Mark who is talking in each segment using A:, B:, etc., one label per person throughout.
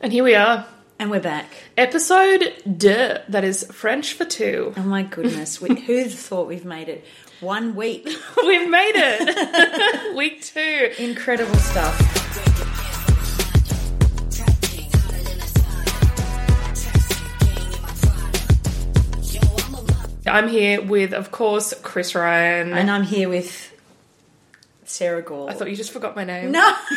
A: And here we are.
B: And we're back.
A: Episode deux, that is French for two.
B: Oh my goodness. We, who thought we've made it? One week.
A: We've made it! Week two.
B: Incredible stuff.
A: I'm here with, of course, Chris Ryan.
B: And I'm here with Sarah Gore.
A: I thought you just forgot my name.
B: no.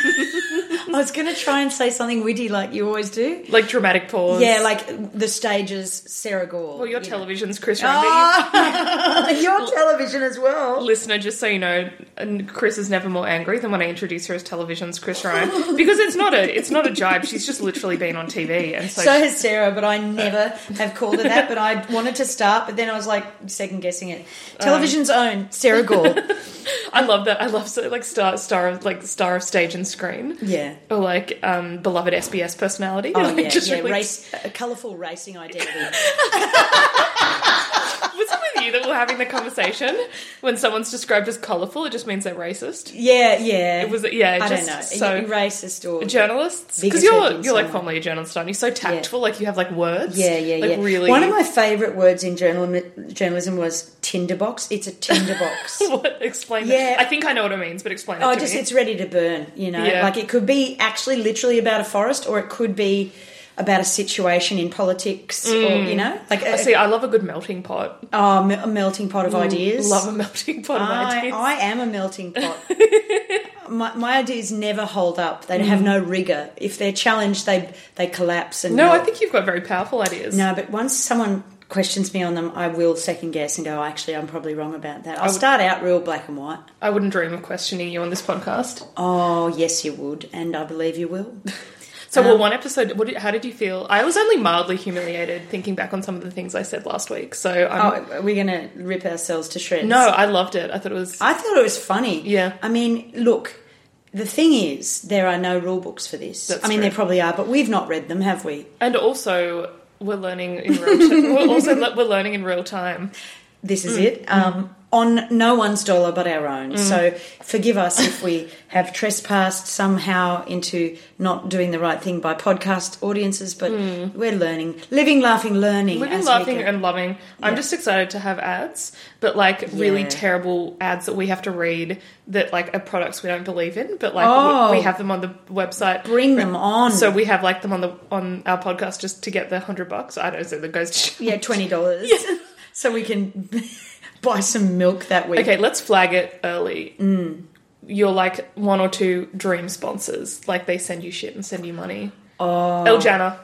B: I was going to try and say something witty like you always do.
A: Like dramatic pause.
B: Yeah, like the stage's Sarah Gore.
A: Well, your
B: you know.
A: television's Chris Ryan.
B: Ah!
A: but
B: your television as
A: you-
B: well.
A: Listener, just so you know, and Chris is never more angry than when I introduce her as television's Chris Ryan because it's not a it's not a jibe. She's just literally been on TV, and so,
B: So has Sarah, but I never have called her that. But I wanted to start, but then I was like second guessing it.
A: Um,
B: Television's own Sarah Gore.
A: I love that. I love so like star star of like star of stage and screen.
B: Yeah.
A: or like um, beloved SBS personality.
B: Oh
A: Like,
B: yeah,
A: just
B: yeah.
A: really-
B: Race, a colourful racing identity.
A: Was it with you that we were having the conversation when someone's described as colourful? It just means they're racist.
B: yeah, yeah.
A: It was yeah.
B: I
A: just
B: don't know.
A: So
B: racist or
A: journalists because
B: Bigoted
A: you're
B: in
A: you're like
B: some way.
A: formerly a journalist, aren't you? So tactful, like you have like words.
B: yeah, yeah,
A: like
B: yeah.
A: Really,
B: One of my favourite words in journalism, journalism was tinderbox. It's a tinderbox.
A: what explain.
B: Yeah.
A: that. I think I know what it means, but explain.
B: Oh,
A: it to
B: just
A: me.
B: it's ready to burn. You know,
A: Yeah.
B: like it could be actually literally about a forest, or it could be about a situation in politics, or you know, like a,
A: Mm. I see. I love a good melting pot.
B: oh, me- a melting pot of ideas.
A: Love a melting pot of
B: I,
A: ideas.
B: I am a melting pot. my, my ideas never hold up. They
A: Mm.
B: have no rigor. If they're challenged, they they collapse. And
A: no, I
B: melt.
A: think you've got very powerful ideas.
B: no. But once someone questions me on them, I will second guess and go, oh, "Actually, I'm probably wrong about that." I'll start out real black and white.
A: I wouldn't dream of questioning you on this podcast.
B: Oh, yes, you would, and I believe you will. Um,
A: So, well, one episode. What? Did, how did you feel? I was only mildly humiliated thinking back on some of the things I said last week. So, I'm,
B: Oh, we're going to rip ourselves to shreds.
A: no, I loved it. I thought it was.
B: I thought it was funny.
A: Yeah.
B: I mean, look, the thing is, there are no rule books for this.
A: That's
B: I mean,
A: true.
B: there probably are, but we've not read them, have we?
A: And also, we're learning in real. time. we're also le- we're learning in real time.
B: This
A: Mm.
B: is it. Um, on no one's dollar but our own. So forgive us if we have trespassed somehow into not doing the right thing by podcast audiences, but we're learning, living, laughing, learning.
A: We've been
B: as we
A: Mm. laughing
B: go.
A: and loving. I'm just excited to have ads, but like really
B: Yeah.
A: terrible ads that we have to read that like are products we don't believe in, but like
B: Oh.
A: we, we have them on the website.
B: Bring them on.
A: So we have like them on the on our podcast just to get the hundred bucks. I don't know so that goes. To-
B: yeah, twenty dollars. So we can buy some milk that week.
A: Okay, let's flag it early.
B: Mm.
A: You're like one or two dream sponsors. Like they send you shit and send you money. Oh. El Jana.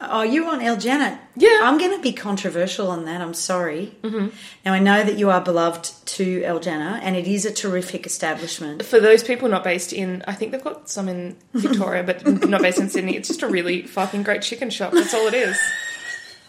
B: Oh, you want El Janet?
A: Yeah.
B: I'm going to be controversial on that. I'm sorry. Mm-hmm. Now I know that you are beloved to El Jana, and it is a terrific establishment.
A: For those people not based in, I think they've got some in Victoria, but not based in Sydney. It's just a really fucking great chicken shop. That's all it is.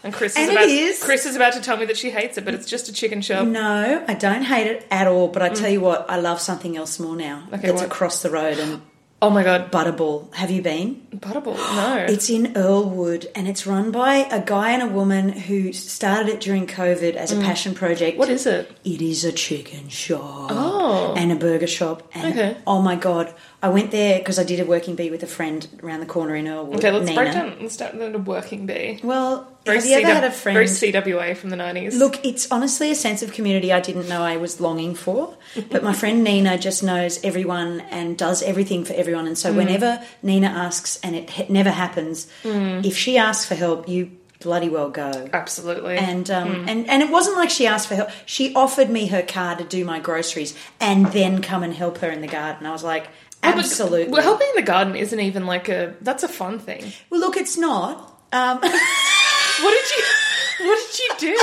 A: And Chris is
B: And it
A: about
B: is.
A: Chris is about to tell me that she hates it, but it's just a chicken shop.
B: No, I don't hate it at all. But I tell you what, I love something else more now.
A: Mm. Okay,
B: that's
A: what?
B: across the road and
A: Oh my god,
B: Butterball. Have you been?
A: Butterball. No,
B: It's in Earlwood, and it's run by a guy and a woman who started it during COVID as a passion project.
A: Mm. what is it?
B: It is a chicken shop.
A: Oh.
B: And a burger shop. And
A: Okay.
B: oh my God. I went there because I did a working bee with a friend around the corner in Earlwood.
A: Okay, let's
B: Nina.
A: break down. Let's start with a working bee.
B: Well,
A: Very
B: have you ever
A: CW
B: had a
A: Very
B: friend?
A: CWA from the nineties.
B: Look, it's honestly a sense of community I didn't know I was longing for. But my friend Nina just knows everyone and does everything for everyone. And
A: Mm.
B: so whenever Nina asks, and it ha- never happens,
A: Mm.
B: if she asks for help, you bloody well go
A: absolutely.
B: and um,
A: Mm.
B: and and it wasn't like she asked for help. She offered me her car to do my groceries and then come and help her in the garden. I was like,
A: Oh, but-
B: absolutely.
A: Well, helping in the garden isn't even like a. That's a fun thing.
B: Well, look, it's not. Um,
A: What did you? What did you do?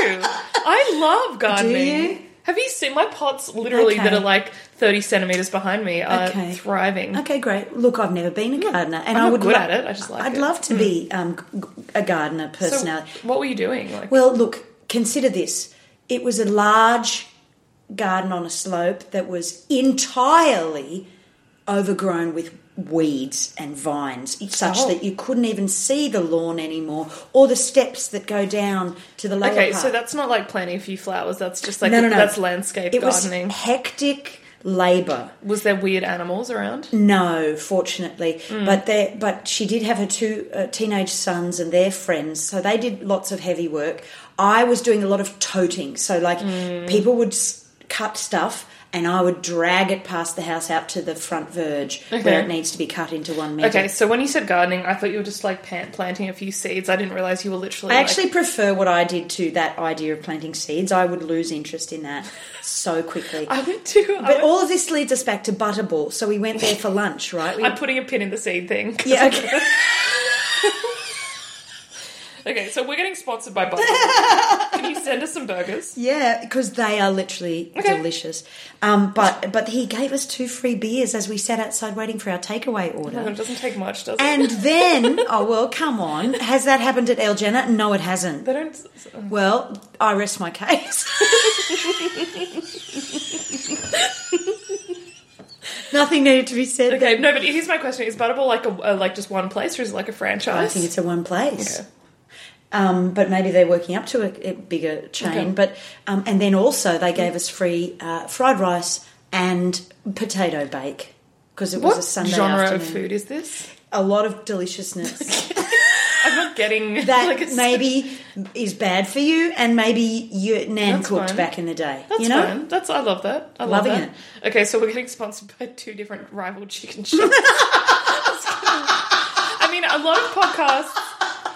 A: I love gardening.
B: you?
A: Have you seen my pots? Literally, that
B: Okay.
A: are like thirty centimeters behind me are
B: Okay.
A: thriving.
B: okay, great. Look, I've never been a gardener, and
A: Mm. I'm
B: I
A: not
B: would
A: good
B: lo-
A: at it. I just like
B: I'd
A: it. Mm.
B: love to be um, g- g- a gardener
A: So,
B: personality.
A: what were you doing? Like,
B: Well, look, consider this. It was a large garden on a slope that was entirely overgrown with weeds and vines, such
A: Oh.
B: that you couldn't even see the lawn anymore or the steps that go down to the lower
A: okay,
B: part.
A: so that's not like planting a few flowers. That's just like
B: No, no, no.
A: that's landscape
B: it
A: gardening.
B: was hectic. labour.
A: Was there weird animals around?
B: No, fortunately,
A: Hmm.
B: but they but she did have her two uh, teenage sons and their friends, so they did lots of heavy work. I was doing a lot of toting, so like
A: Hmm.
B: people would s- cut stuff. And I would drag it past the house out to the front verge where
A: Okay.
B: it needs to be cut into one metre.
A: Okay, so when you said gardening, I thought you were just like plant planting a few seeds. I didn't realize you were literally.
B: I
A: like-
B: actually prefer what I did to that idea of planting seeds. I would lose interest in that so quickly.
A: I went to. I
B: But
A: went-
B: all of this leads us back to Butterball. So we went there for lunch, right? We,
A: I'm putting a pin in the seed thing. 'cause
B: yeah, okay.
A: Okay, so we're getting sponsored by Butter. Can you send us some burgers?
B: yeah, because they are literally
A: Okay.
B: delicious. Um, but but he gave us two free beers as we sat outside waiting for our takeaway order.
A: Oh, it doesn't take much, does it?
B: And then, oh well, come on. Has that happened at El Jenna? No, it hasn't.
A: they don't.
B: Well, I rest my case. Nothing needed to be said. there.
A: Okay, no, but here's my question: Is Butterball like a, a like just one place, or is it like a franchise?
B: I think it's a one place.
A: Okay.
B: Um, but maybe they're working up to a, a bigger chain.
A: Okay.
B: But um, and then also they gave us free uh, fried rice and potato bake because it was
A: what
B: a Sunday
A: genre
B: afternoon.
A: of food is this?
B: A lot of deliciousness
A: I'm not getting
B: that
A: like a
B: maybe is bad for you, and maybe your nan
A: That's
B: cooked
A: fine.
B: back in the day.
A: That's
B: you know,
A: fine. That's I love that. I love
B: Loving
A: that. it. Okay, so we're getting sponsored by two different rival chicken shops. I mean, a lot of podcasts.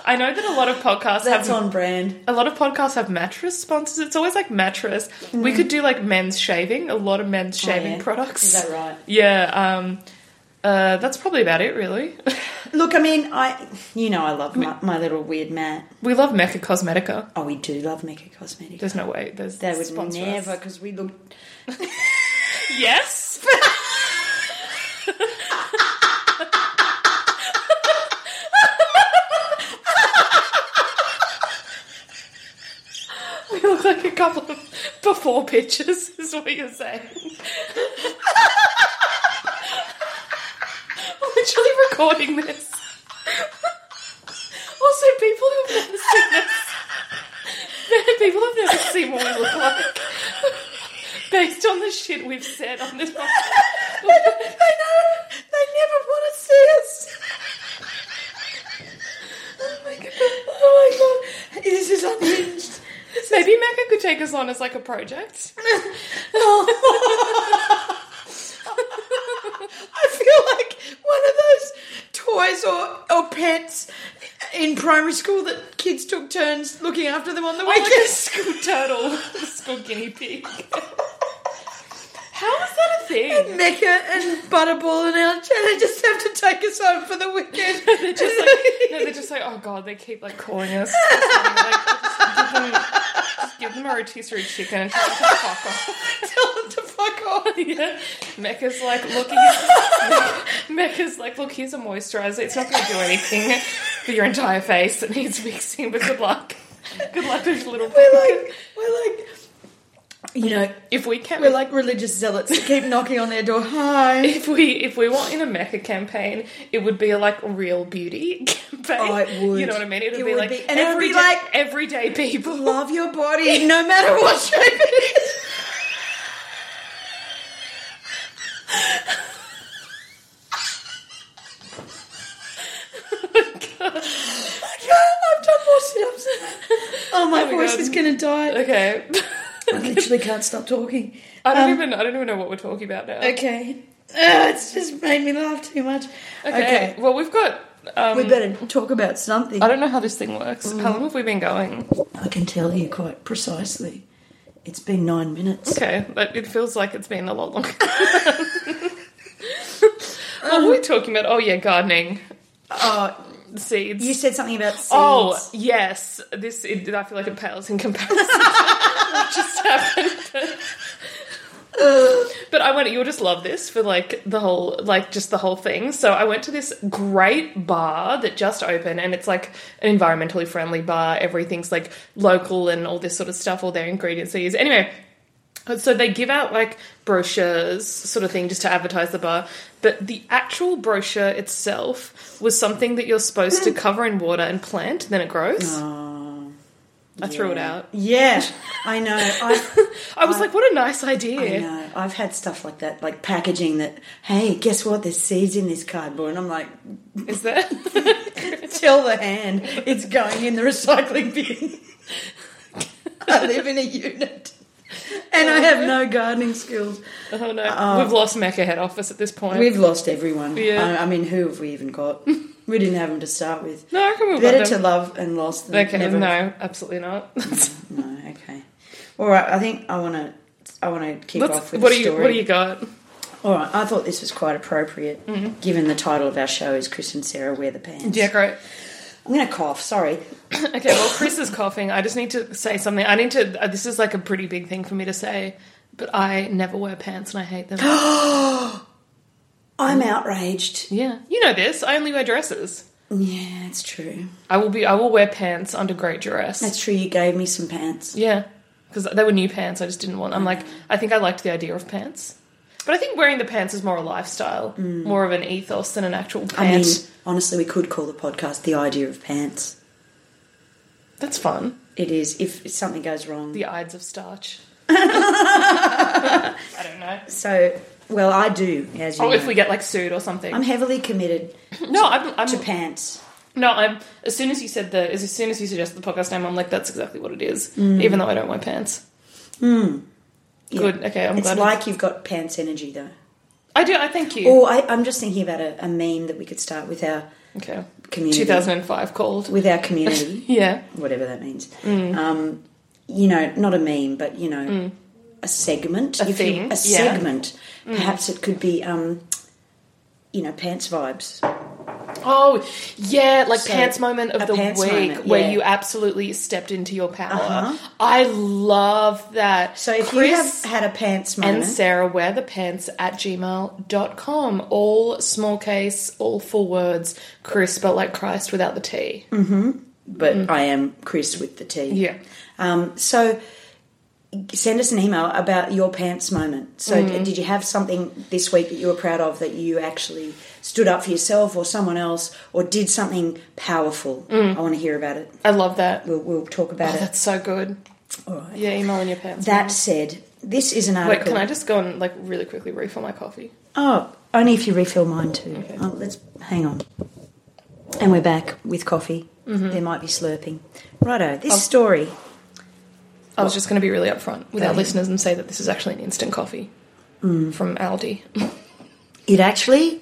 A: I know that a lot of podcasts
B: that's
A: have
B: on brand.
A: a lot of podcasts have mattress sponsors. It's always like mattress. We could do like men's shaving. A lot of men's shaving
B: Mm. Oh, yeah.
A: products.
B: Is that right?
A: Yeah. Um, uh, that's probably about it, really.
B: Look, I mean, I you know I love my, my little weird mat.
A: we love Mecca Cosmetica.
B: Oh, we do love Mecca Cosmetics.
A: There's no way. There's
B: They would
A: sponsor us.
B: never because we look
A: Yes. we look like a couple of before pictures, is what you're saying. Literally recording this. Also, people who've never seen this, people who've never seen what we look like based on the shit we've said on this podcast.
B: They know. They never want to see us. oh my god! Oh my god! This is unhinged.
A: Maybe Mecca could take us on as like a project.
B: Oh. I feel like one of those toys or or pets in primary school that kids took turns looking after them on the
A: Or like a
B: weekends.
A: school turtle, a school guinea pig. How is that a thing?
B: Mecca and Butterball and El they just have to take us home for the weekend.
A: They're just like, no, they're just like, oh god, they keep like calling us. Like, just, give them, just give them a rotisserie chicken and tell them to fuck off.
B: Tell them to fuck off.
A: Yeah. Mecca's like, look, here's- Mecca's like, look, here's a moisturizer. It's not going to do anything for your entire face. It needs fixing, but good luck. Good luck with your little.
B: We're like, we're like, you know,
A: if we can,
B: We're like religious zealots that keep knocking on their door. Hi.
A: If we if we were in a Mecca campaign, it would be a, like real beauty campaign.
B: Oh, it would.
A: You know what I mean? It'd
B: It
A: be
B: would
A: like
B: be- and it would be
A: everyday-
B: like-
A: everyday people.
B: Love your body, no matter what shape it is. I can't. I've done more sit-ups. Oh, my
A: Oh my
B: voice
A: God.
B: is going to die.
A: Okay.
B: I literally can't stop talking.
A: I don't
B: Um,
A: even I don't even know what we're talking about now. Okay.
B: Okay. Oh, it's just made me laugh too much.
A: Well, we've got. Um,
B: We better Mm. talk about something.
A: I don't know how this thing works. How long have we been going?
B: I can tell you quite precisely. It's been nine minutes.
A: Okay, but it feels like it's been a lot longer. what were we talking about? Oh yeah, gardening,
B: Oh,
A: seeds.
B: you said something about seeds.
A: Oh yes, this it, I feel like it pales in comparison. to what just happened. but I went. You'll just love this for like the whole, like just the whole thing. So I went to this great bar that just opened, and it's like an environmentally friendly bar. Everything's like local and all this sort of stuff. All their ingredients they use. Anyway, so they give out like brochures, sort of thing, just to advertise the bar. But the actual brochure
B: Hmm.
A: itself was something that you're supposed to cover in water and plant, then it grows. I threw it out.
B: Oh. Yeah, I know. I,
A: I was like, what a nice idea.
B: I know. I've had stuff like that, like packaging that. Hey, guess what? There's seeds in this cardboard, and I'm like,
A: Is there?
B: tell the hand it's going in the recycling bin. I live in a unit, and I have no gardening skills.
A: oh no, we've lost Mecca head office at this point.
B: Uh, um, We've lost everyone.
A: Yeah.
B: I, I mean, who have we even got? We didn't have them to start with.
A: no, I can move
B: Better
A: on.
B: to
A: To
B: love and lost than
A: okay,
B: never.
A: no, absolutely not.
B: No, okay. All right. I think I want to. I want to keep
A: Let's,
B: off with
A: what
B: the
A: do you
B: story.
A: What do you got?
B: All right. I thought this was quite appropriate, given the title of our show is Chris and Sarah wear the pants.
A: Mm-hmm. Yeah, great.
B: I'm going to cough. Sorry.
A: Okay, well, Chris is coughing. I just need to say something. I need to. Uh, this is like a pretty big thing for me to say, but I never wear pants and I hate them.
B: I'm outraged.
A: yeah, you know this. I only wear dresses.
B: Yeah, it's true.
A: I will be. I will wear pants under great duress.
B: That's true. You gave me some pants.
A: Yeah, because they were new pants. I just didn't want. I'm like, I think I liked the idea of pants, but I think wearing the pants is more a lifestyle, more of an ethos than an actual
B: I mean,
A: pant.
B: honestly, we could call the podcast "The Idea of Pants."
A: That's fun.
B: It is. If something goes wrong,
A: The Ides of Starch. I don't know.
B: so well, I do. As you
A: Oh,
B: know.
A: if we get like sued or something.
B: I'm heavily committed
A: no, I'm. I'm
B: to pants.
A: no, I'm. As soon as you said the, as soon as you suggested the podcast name, I'm like, that's exactly what it is. Even though I don't wear pants.
B: Yeah.
A: Good. Okay, I'm
B: it's
A: glad.
B: like you've got pants energy, though.
A: I do. I thank you.
B: Or I, I'm just thinking about a, a meme that we could start with our
A: okay.
B: community,
A: 2005 called.
B: with our community,
A: Yeah.
B: whatever that means.
A: Mm.
B: Um, you know, not a meme, but you know, a segment.
A: A
B: if you-
A: thing, yeah.
B: a
A: Mm.
B: segment. Perhaps it could be, um, you know, pants vibes.
A: Oh yeah, like
B: So,
A: pants moment of
B: a
A: the week
B: pants moment, yeah.
A: where you absolutely stepped into your power.
B: Uh-huh.
A: I love that.
B: So if you have
A: Chris
B: had a pants
A: and
B: moment,
A: Sarah wear the pants at gmail.com. All small case, all full words. Chris spelled like Christ without the T.
B: Mm. but I am Chris with the T.
A: Mm. Yeah.
B: Um, so send us an email about your pants moment. So
A: Mm.
B: d did you have something this week that you were proud of that you actually stood up for yourself or someone else or did something powerful?
A: Mm.
B: I want to hear about it.
A: I love that.
B: We'll, we'll talk about it.
A: That's so good.
B: All right.
A: Yeah, email in your pants.
B: That said, this is an
A: Wait,
B: article.
A: can I just go and like really quickly refill my coffee?
B: Oh, only if you refill mine too. Oh, let's hang on. And we're back with coffee.
A: Mm-hmm.
B: There might be slurping. Righto, this
A: Oh.
B: story.
A: I was just going to be really upfront with
B: Go
A: our
B: ahead.
A: listeners and say that this is actually an instant coffee from Aldi.
B: It actually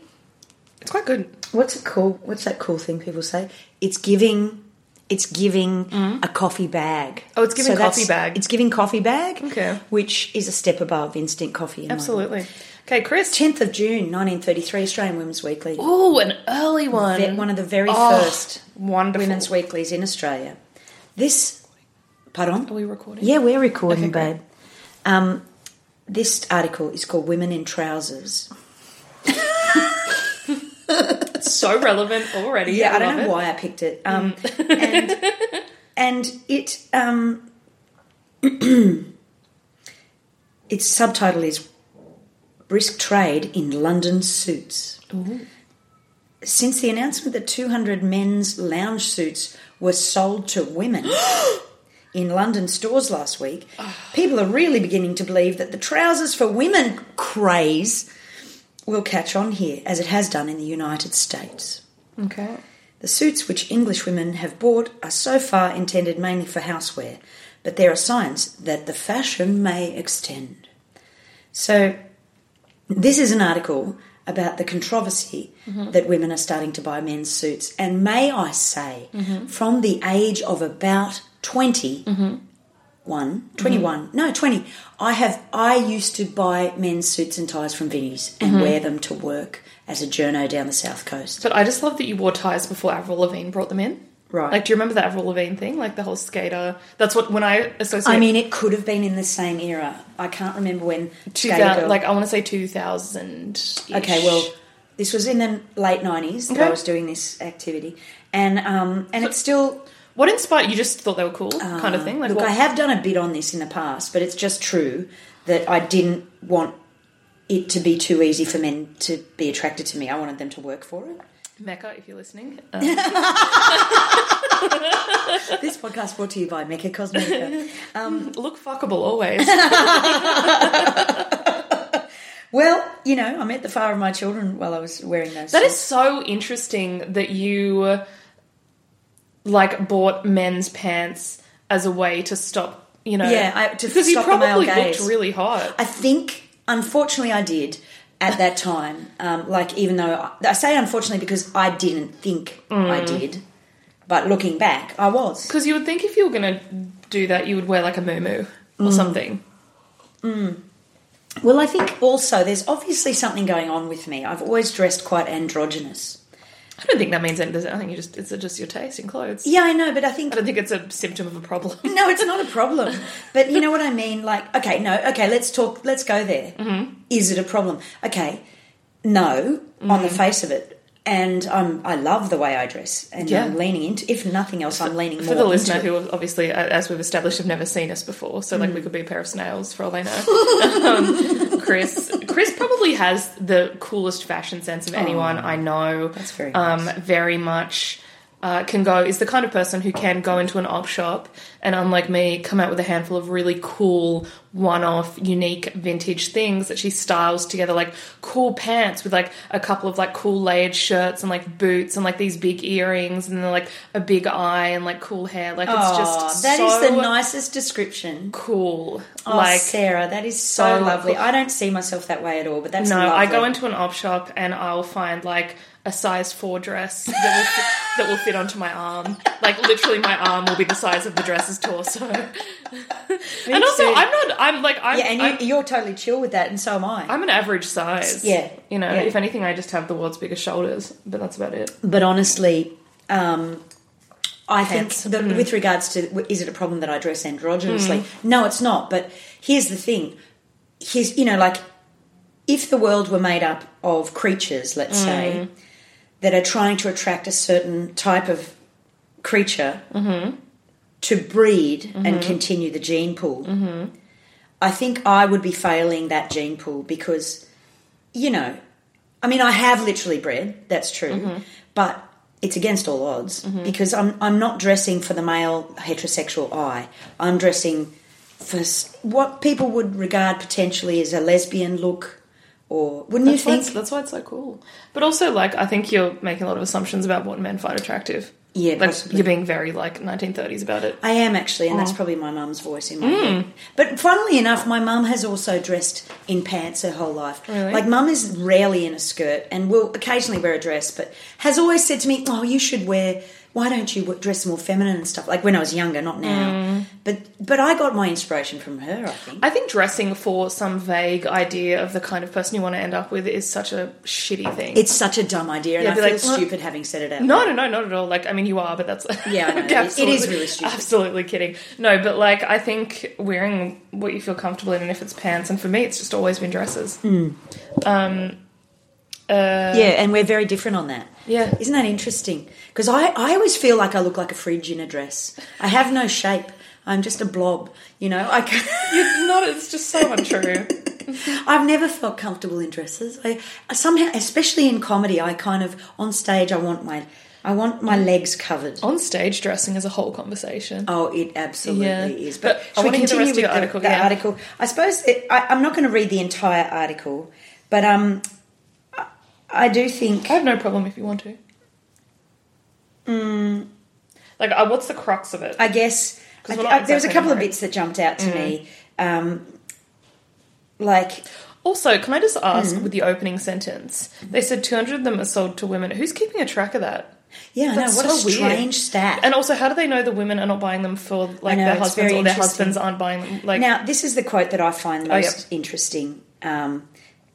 A: It's quite good.
B: what's it called? What's that cool thing people say? It's giving. It's giving a coffee bag.
A: Mm. Oh, it's giving
B: that's-
A: coffee bag.
B: It's giving coffee bag.
A: Okay.
B: which is a step above instant coffee. In
A: Absolutely. Okay, Chris.
B: Tenth of June, nineteen thirty-three, Australian Women's Weekly.
A: Oh, an early one.
B: Ve- One of the very
A: Oh,
B: first
A: wonderful.
B: women's weeklies in Australia. This, pardon.
A: Are we recording?
B: Yeah, we're recording,
A: Oh, Okay, great.
B: babe. Um, this article is called "Women in Trousers."
A: It's so relevant already.
B: Yeah, I don't
A: love
B: know
A: it. Mm.
B: why I picked it. Um, and, and it um, its subtitle is "Brisk Trade in London Suits." Since the announcement that 200 men's lounge suits were sold to women in London stores last week, people are really beginning to believe that the trousers for women craze will catch on here, as it has done in the United States.
A: Okay.
B: The suits which English women have bought are so far intended mainly for houseware, but there are signs that the fashion may extend. So, this is an article about the controversy that women are starting to buy men's suits, and may I say, from the age of about 20, one, 21, no, 20. I have, I used to buy men's suits and ties from Vinnie's and wear them to work as a journo down the south coast.
A: But I just love that you wore ties before Avril Lavigne brought them in.
B: Right.
A: Like, do you remember the Avril Lavigne thing? Like the whole skater. That's what when I associate.
B: I mean, it could have been in the same era. I can't remember when.
A: 2000,
B: Skater Girl-
A: like I want to say two thousand.
B: okay, well, this was in the late nineties that I
A: Okay.
B: was doing this activity, and um, and it's still.
A: what inspired you? Just thought they were cool, kind of thing. Like,
B: Uh, Look,
A: what-
B: I have done a bit on this in the past, but it's just true that I didn't want it to be too easy for men to be attracted to me. I wanted them to work for it.
A: Mecca, if you're listening,
B: This podcast podcast brought to you by Mecca Cosmetica.
A: Um, Look fuckable always.
B: well, you know, I met the father of my children while I was wearing those.
A: That
B: shoes.
A: is so interesting that you like bought men's pants as a way to stop, you know,
B: Yeah, I- to
A: because you
B: stop the male
A: probably
B: gaze.
A: looked really hot.
B: I think, unfortunately, I did at that time. Um, like, even though I, I say unfortunately because I didn't think
A: Mm.
B: I did, but looking back, I was.
A: Because you would think if you were going to do that, you would wear like a muumuu or
B: Mm.
A: something.
B: Well, I think also there's obviously something going on with me. I've always dressed quite androgynous.
A: I don't think that means anything. I think you just it's just your taste in clothes.
B: Yeah, I know, but I think
A: I don't think it's a symptom of a problem.
B: no, it's not a problem. But you know what I mean? Like, okay, no, okay, let's talk, let's go there. Mm-hmm. Is it a problem? Okay, no, on
A: Mm-hmm.
B: the face of it. And I'm, I love the way I dress, and
A: Yeah.
B: I'm leaning into. If nothing else, I'm leaning more
A: For the
B: into
A: listener
B: it.
A: who obviously, uh, as we've established, have never seen us before, so
B: Mm.
A: like we could be a pair of snails for all they know. um, Chris, Chris probably has the coolest fashion sense of anyone I know. That's
B: Oh, very
A: um, very much. Uh, can go is the kind of person who can go into an op shop and unlike me come out with a handful of really cool one-off unique vintage things that she styles together like cool pants with like a couple of like cool layered shirts and like boots and like these big earrings and then like a big eye and like cool hair like it's just
B: that
A: Uh, so
B: is the nicest description.
A: cool
B: Oh,
A: like
B: Sarah, that is so,
A: so
B: lovely.
A: cool.
B: I don't see myself that way at all, but that's
A: no
B: lovely.
A: i go into an op shop and i'll find like a size 4 dress that will fit, that will fit onto my arm like literally my arm will be the size of the dress's torso and also
B: too.
A: i'm not i'm like i'm
B: yeah, and
A: I'm,
B: you, you're totally chill with that, and so am I.
A: I'm an average size.
B: Yeah,
A: You know,
B: yeah.
A: if anything, I just have the world's biggest shoulders, but that's about it.
B: but honestly, um, I
A: Pants.
B: think that with regards to w- is it a problem that I dress
A: Mm.
B: androgynously? No, it's not. But here's the thing: here's you know, like if the world were made up of creatures,
A: Mm.
B: let's say, that are trying to attract a certain type of creature to breed and continue the gene pool. I think I would be failing that gene pool because, you know, I mean, I have literally bred. That's true, but it's against all odds because I'm I'm not dressing for the male heterosexual eye. I'm dressing for s- what people would regard potentially as a lesbian look, or wouldn't
A: That's
B: you
A: why,
B: think?
A: it's, that's why it's so cool. But also, like, I think you're making a lot of assumptions about what men find attractive.
B: Yeah,
A: like
B: possibly.
A: you're being very like 1930s about it.
B: I am actually, and
A: Oh.
B: that's probably my mum's voice in my head.
A: Hmm.
B: But funnily enough, my mum has also dressed in pants her whole life.
A: Really?
B: Like, mum is rarely in a skirt and will occasionally wear a dress, but has always said to me, Oh, you should wear, why don't you w- dress more feminine and stuff? Like when I was younger, not now. But, but I got my inspiration from her, I think.
A: Hmm. I think dressing for some vague idea of the kind of person you want to end up with is such a shitty thing.
B: It's such a dumb idea, and
A: Yeah,
B: I
A: be
B: feel
A: like, "Well,
B: stupid having said it out
A: no,
B: loud.
A: no, no, not at all. Like, I mean, you are, but that's
B: Yeah, I know. It is- it is really stupid.
A: Absolutely kidding. No, but like, I think wearing what you feel comfortable in, and if it's pants, and for me, it's just always been dresses.
B: Mm. Yeah, and we're very different on that.
A: Yeah.
B: Isn't that interesting? Because I, I always feel like I look like a fridge in a dress. I have no shape. I'm just a blob, you know. I can,
A: It's not. It's just so untrue.
B: I've never felt comfortable in dresses. I, I somehow, especially in comedy, I kind of on stage I want my I want my legs covered.
A: On stage, dressing is a whole conversation.
B: Oh, it absolutely
A: Yeah.
B: is.
A: But
B: But,
A: I
B: shall we
A: wanna hear the
B: continue
A: rest of
B: with
A: your
B: the
A: article,
B: the
A: yeah.
B: article? I suppose it, I, I'm not going to read the entire article, but um, I- I do think
A: I have no problem if you want to. Mm.
B: Mm.
A: Like, uh, what's the crux of it?
B: I guess I,
A: 'Cause we're not
B: I- there was a
A: exactly
B: couple of
A: married. Mm.
B: bits that jumped out to me. Um, like,
A: Also, can I just ask
B: Hmm.
A: with the opening sentence? They said 200 of them are sold to women. Who's keeping a track of that?
B: yeah, I know,
A: That's
B: what
A: so
B: a
A: weird.
B: strange stat.
A: And also, how do they know the women are not buying them for like
B: know,
A: their
B: it's
A: husbands
B: very
A: or their
B: interesting.
A: husbands aren't buying them? Like,
B: now, this is the quote that I find
A: Oh, yep.
B: most interesting um,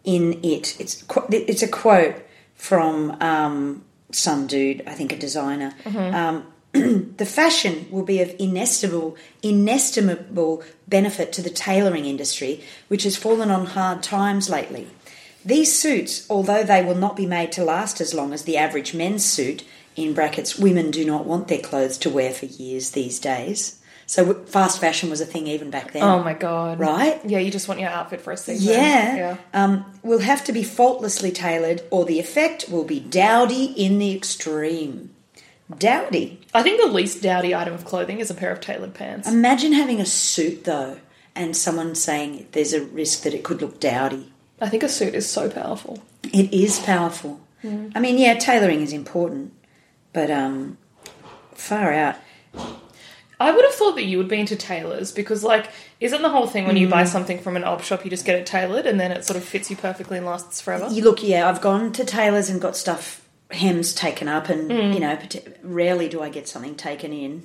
B: in it. It's qu- it's a quote from um, some dude, I think a designer. Um, the fashion will be of inestimable, inestimable benefit to the tailoring industry, which has fallen on hard times lately. These suits, although they will not be made to last as long as the average men's suit, in brackets, women do not want their clothes to wear for years these days. So w- fast fashion was a thing even back then.
A: oh my god,
B: Right?
A: Yeah, you just want your outfit for a season.
B: Yeah.
A: yeah.
B: Um, will have to be faultlessly tailored, or the effect will be dowdy in the extreme. Dowdy.
A: I think the least dowdy item of clothing is a pair of tailored pants.
B: Imagine having a suit though, and someone saying there's a risk that it could look dowdy.
A: I think a suit is so powerful.
B: It is powerful. I mean, yeah, tailoring is important, but um, far out.
A: I would have thought that you would be into tailors because, like, isn't the whole thing when you
B: Hmm.
A: buy something from an op shop, you just get it tailored and then it sort of fits you perfectly and lasts forever?
B: You look, yeah, I've gone to tailors and got stuff hems taken up, and you know, parti- rarely do I get something taken in.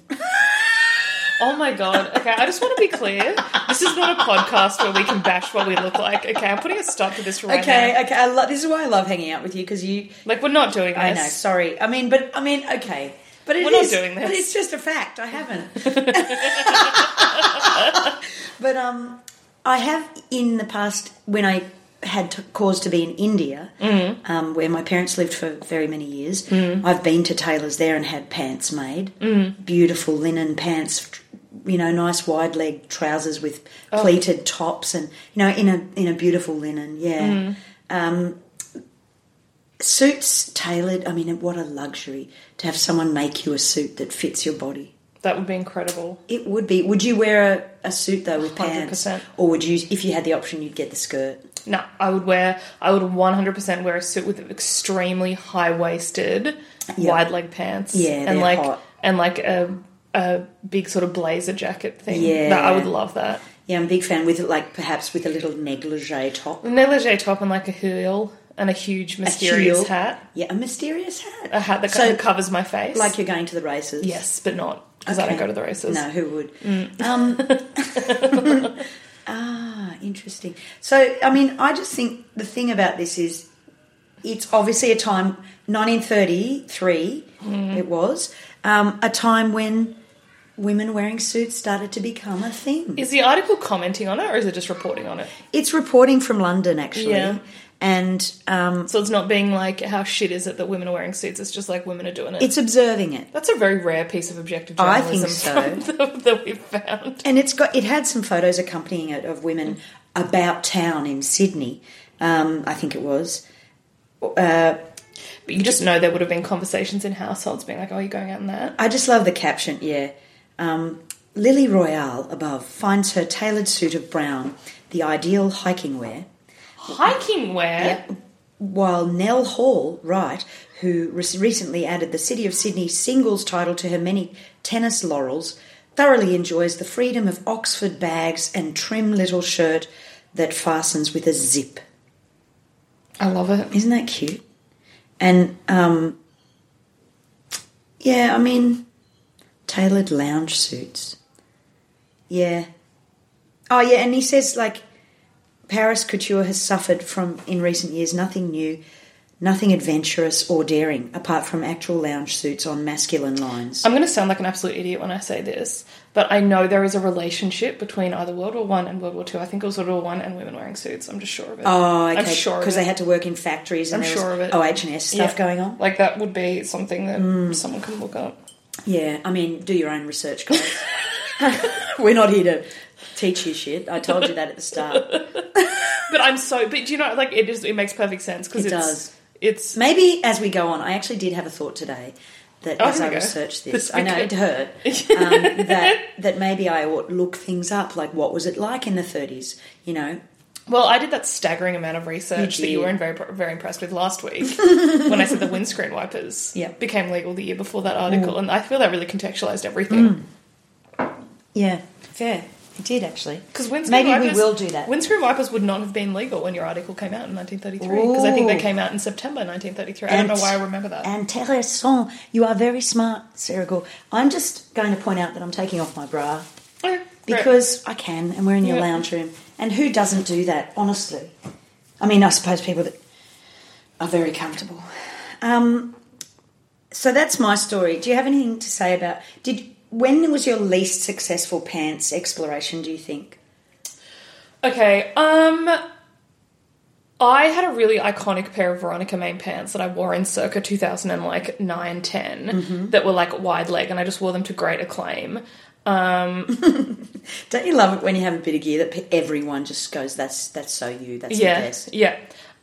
A: Oh my god. Okay, I just want to be clear. This is not a podcast where we can bash what we look like. Okay, I'm putting a stop to this right
B: Okay,
A: now.
B: okay. I lo- this is why I love hanging out with you because you.
A: Like, we're not doing this.
B: I know. Sorry. I mean, but I mean, okay. But it
A: We're not
B: is-
A: doing this.
B: But it's just a fact. I haven't. but um, I have in the past when I had t- cause to be in India,
A: Mm-hmm.
B: um, where my parents lived for very many years. I've been to tailors there and had pants made,
A: Mm-hmm.
B: beautiful linen pants. tr- You know, nice wide leg trousers with
A: Oh.
B: pleated tops, and you know, in a in a beautiful linen. Yeah
A: Mm-hmm.
B: suits tailored. I mean, what a luxury to have someone make you a suit that fits your body.
A: That would be incredible.
B: It would be. Would you wear a, a suit though with pants,
A: 100%.
B: or would you, if you had the option, you'd get the skirt?
A: No, I would wear, I would 100% wear a suit with extremely high waisted, wide leg pants.
B: Yeah, they're
A: and like,
B: hot.
A: and like a, a big sort of blazer jacket thing.
B: Yeah.
A: That- I would love that.
B: Yeah, I'm a big fan with it. Like perhaps with a little negligee top,
A: A negligee top and like a heel and a huge mysterious
B: heel.
A: hat.
B: Yeah, a mysterious hat.
A: A hat that
B: So-
A: kind of covers my face.
B: like you're going to the races.
A: yes, but not because I
B: Okay.
A: don't go to the races. Mm.
B: No, who would? Um, ah, interesting. So, I mean, I just think the thing about this is it's obviously a time, 1933,
A: Mm.
B: it was, um, a time when women wearing suits started to become a thing.
A: Is the article commenting on it or is it just reporting on it?
B: It's reporting from London, actually.
A: Yeah.
B: And um,
A: So it's not being like, how shit is it that women are wearing suits? It's just like women are doing it.
B: it's observing it.
A: That's a very rare piece of objective
B: I
A: journalism
B: think
A: from the, that we've found.
B: and it's got it had some photos accompanying it of women about town in Sydney, um, I think it was.
A: But you just know there would have been conversations in households being like, oh, you're going out in that?
B: I just love the caption, yeah. Um, Lily Royale above finds her tailored suit of brown, the ideal hiking wear,
A: Hiking wear?
B: while Nell Hall Wright, who re- recently added the City of Sydney singles title to her many tennis laurels, thoroughly enjoys the freedom of Oxford bags and trim little shirt that fastens with a zip.
A: I love it.
B: Isn't that cute? And um, yeah, I mean, tailored lounge suits. Yeah. Oh yeah, and he says like Paris couture has suffered from in recent years nothing new, nothing adventurous or daring apart from actual lounge suits on masculine lines.
A: I'm going to sound like an absolute idiot when I say this, but I know there is a relationship between either World War One and World War Two. I think it was World War One and women wearing suits. I'm just sure of it.
B: Oh, okay.
A: I'm sure of
B: because
A: it.
B: they had to work in factories and
A: I'm
B: there was
A: sure of it.
B: OH and S stuff
A: Yeah.
B: going on. Mm.
A: Like that would be something that someone can look up.
B: Yeah, I mean, do your own research, guys. We're not here to teach you shit. I told you that at the start.
A: But I'm so. But do you know, like it just it makes perfect sense because
B: It
A: it's,
B: does.
A: It's
B: Maybe as we go on, I actually did have a thought today that
A: Oh,
B: as
A: here
B: I
A: we go.
B: researched this,
A: This
B: I know it
A: weekend.
B: hurt, um, that that maybe I ought look things up, like what was it like in the 30s, you know?
A: well, I did that staggering amount of research
B: You
A: that you
B: did.
A: were very very impressed with last week when I said the windscreen wipers
B: Yeah.
A: became legal the year before that article, and I feel that really contextualized
B: Mm.
A: everything
B: Yeah, fair. It did actually.
A: because windscreen
B: Maybe
A: wipers,
B: we will do that.
A: Windscreen wipers would not have been legal when your article came out in 1933 because I think they
B: Ooh.
A: came out in September 1933. I don't know why I remember that.
B: Interessant. You are very smart, Sarah Gore. I'm just going to point out that I'm taking off my bra
A: Okay, great.
B: because I can, and we're in your
A: Yeah.
B: lounge room. And who doesn't do that, honestly? I mean, I suppose people that are very comfortable. Um, so that's my story. Do you have anything to say about did when was your least successful pants exploration? Do you think?
A: Okay, um I had a really iconic pair of Veronica Main pants that I wore in circa 2000 and like 9 10
B: Mm-hmm.
A: that were like wide leg and I just wore them to great acclaim.
B: Don't you love it when you have a bit of gear that pe- everyone just goes, "That's that's so you. That's the
A: Yeah.
B: best."
A: Yeah.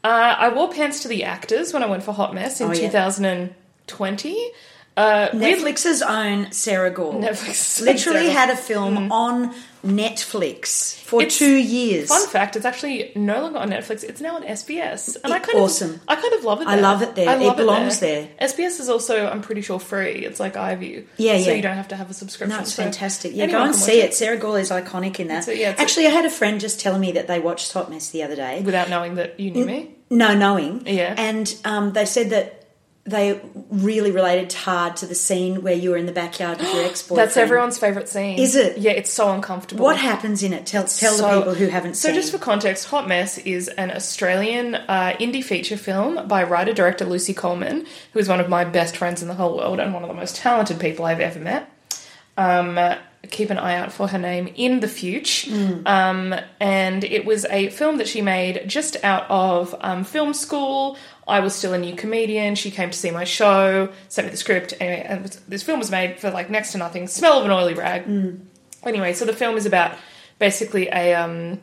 A: Uh, I wore pants to the actors when I went for Hot Mess in
B: Oh, yeah.
A: 2020. Uh, weirdly,
B: Netflix's own Sarah Gore
A: Netflix
B: literally
A: Sarah. Mm.
B: had a film on Netflix for
A: It's
B: two years.
A: Fun fact: It's actually no longer on Netflix. It's now on SBS, and I kind
B: Awesome.
A: of I kind of love it.
B: I
A: there.
B: love it there.
A: I
B: It
A: love
B: belongs
A: there. SBS is also, I'm pretty sure, free. It's like iView.
B: Yeah,
A: so
B: yeah.
A: you don't have to have a subscription.
B: No, it's
A: so
B: fantastic. Yeah,
A: anyone
B: go and
A: can watch
B: see it. Sarah Gore is iconic in that.
A: So, yeah, it's-
B: Actually, I had a friend just telling me that they watched Hot Mess the other day.
A: without knowing that you knew me.
B: No knowing.
A: Yeah.
B: And um, they said that they really related hard to the scene where you were in the backyard with your ex boyfriend.
A: That's everyone's favorite scene.
B: Is it?
A: Yeah, it's so uncomfortable.
B: What happens in it? Tell, tell the
A: So-
B: people who haven't
A: So,
B: seen
A: just for context, Hot Mess is an Australian uh, indie feature film by writer director Lucy Coleman, who is one of my best friends in the whole world and one of the most talented people I've ever met. Um, uh, keep an eye out for her name in the future.
B: Hmm.
A: Um, and it was a film that she made just out of um, film school. I was still a new comedian. She came to see my show, sent me the script. Anyway, and it was- this film was made for like next to nothing. Smell of an oily rag. Anyway, so the film is about basically a um,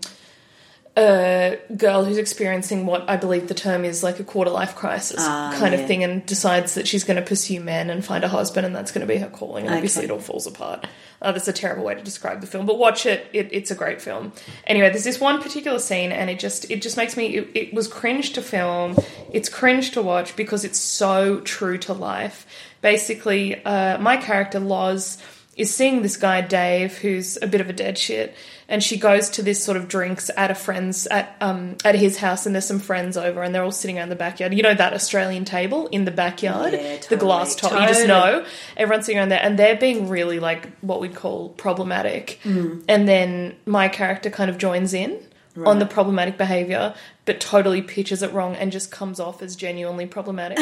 A: a girl who's experiencing what I believe the term is like a quarter life crisis
B: Ah,
A: kind
B: yeah.
A: of thing, and decides that she's going to pursue men and find a husband, and that's going to be her calling. And obviously, it
B: Okay.
A: all falls apart. Uh, that's a terrible way to describe the film, but watch it. it. It's a great film. Anyway, there's this one particular scene, and it just it just makes me. It, it was cringe to film. It's cringe to watch because it's so true to life. Basically, uh, my character Loz is seeing this guy Dave, who's a bit of a dead shit, and she goes to this sort of drinks at a friend's at um at his house, and there's some friends over, and they're all sitting around the backyard. You know that Australian table in the backyard,
B: Yeah, totally.
A: the glass top. You just
B: Totally.
A: know everyone's sitting around there and they're being really like what we'd call problematic and then my character kind of joins in on the problematic behavior but totally pitches it wrong and just comes off as genuinely problematic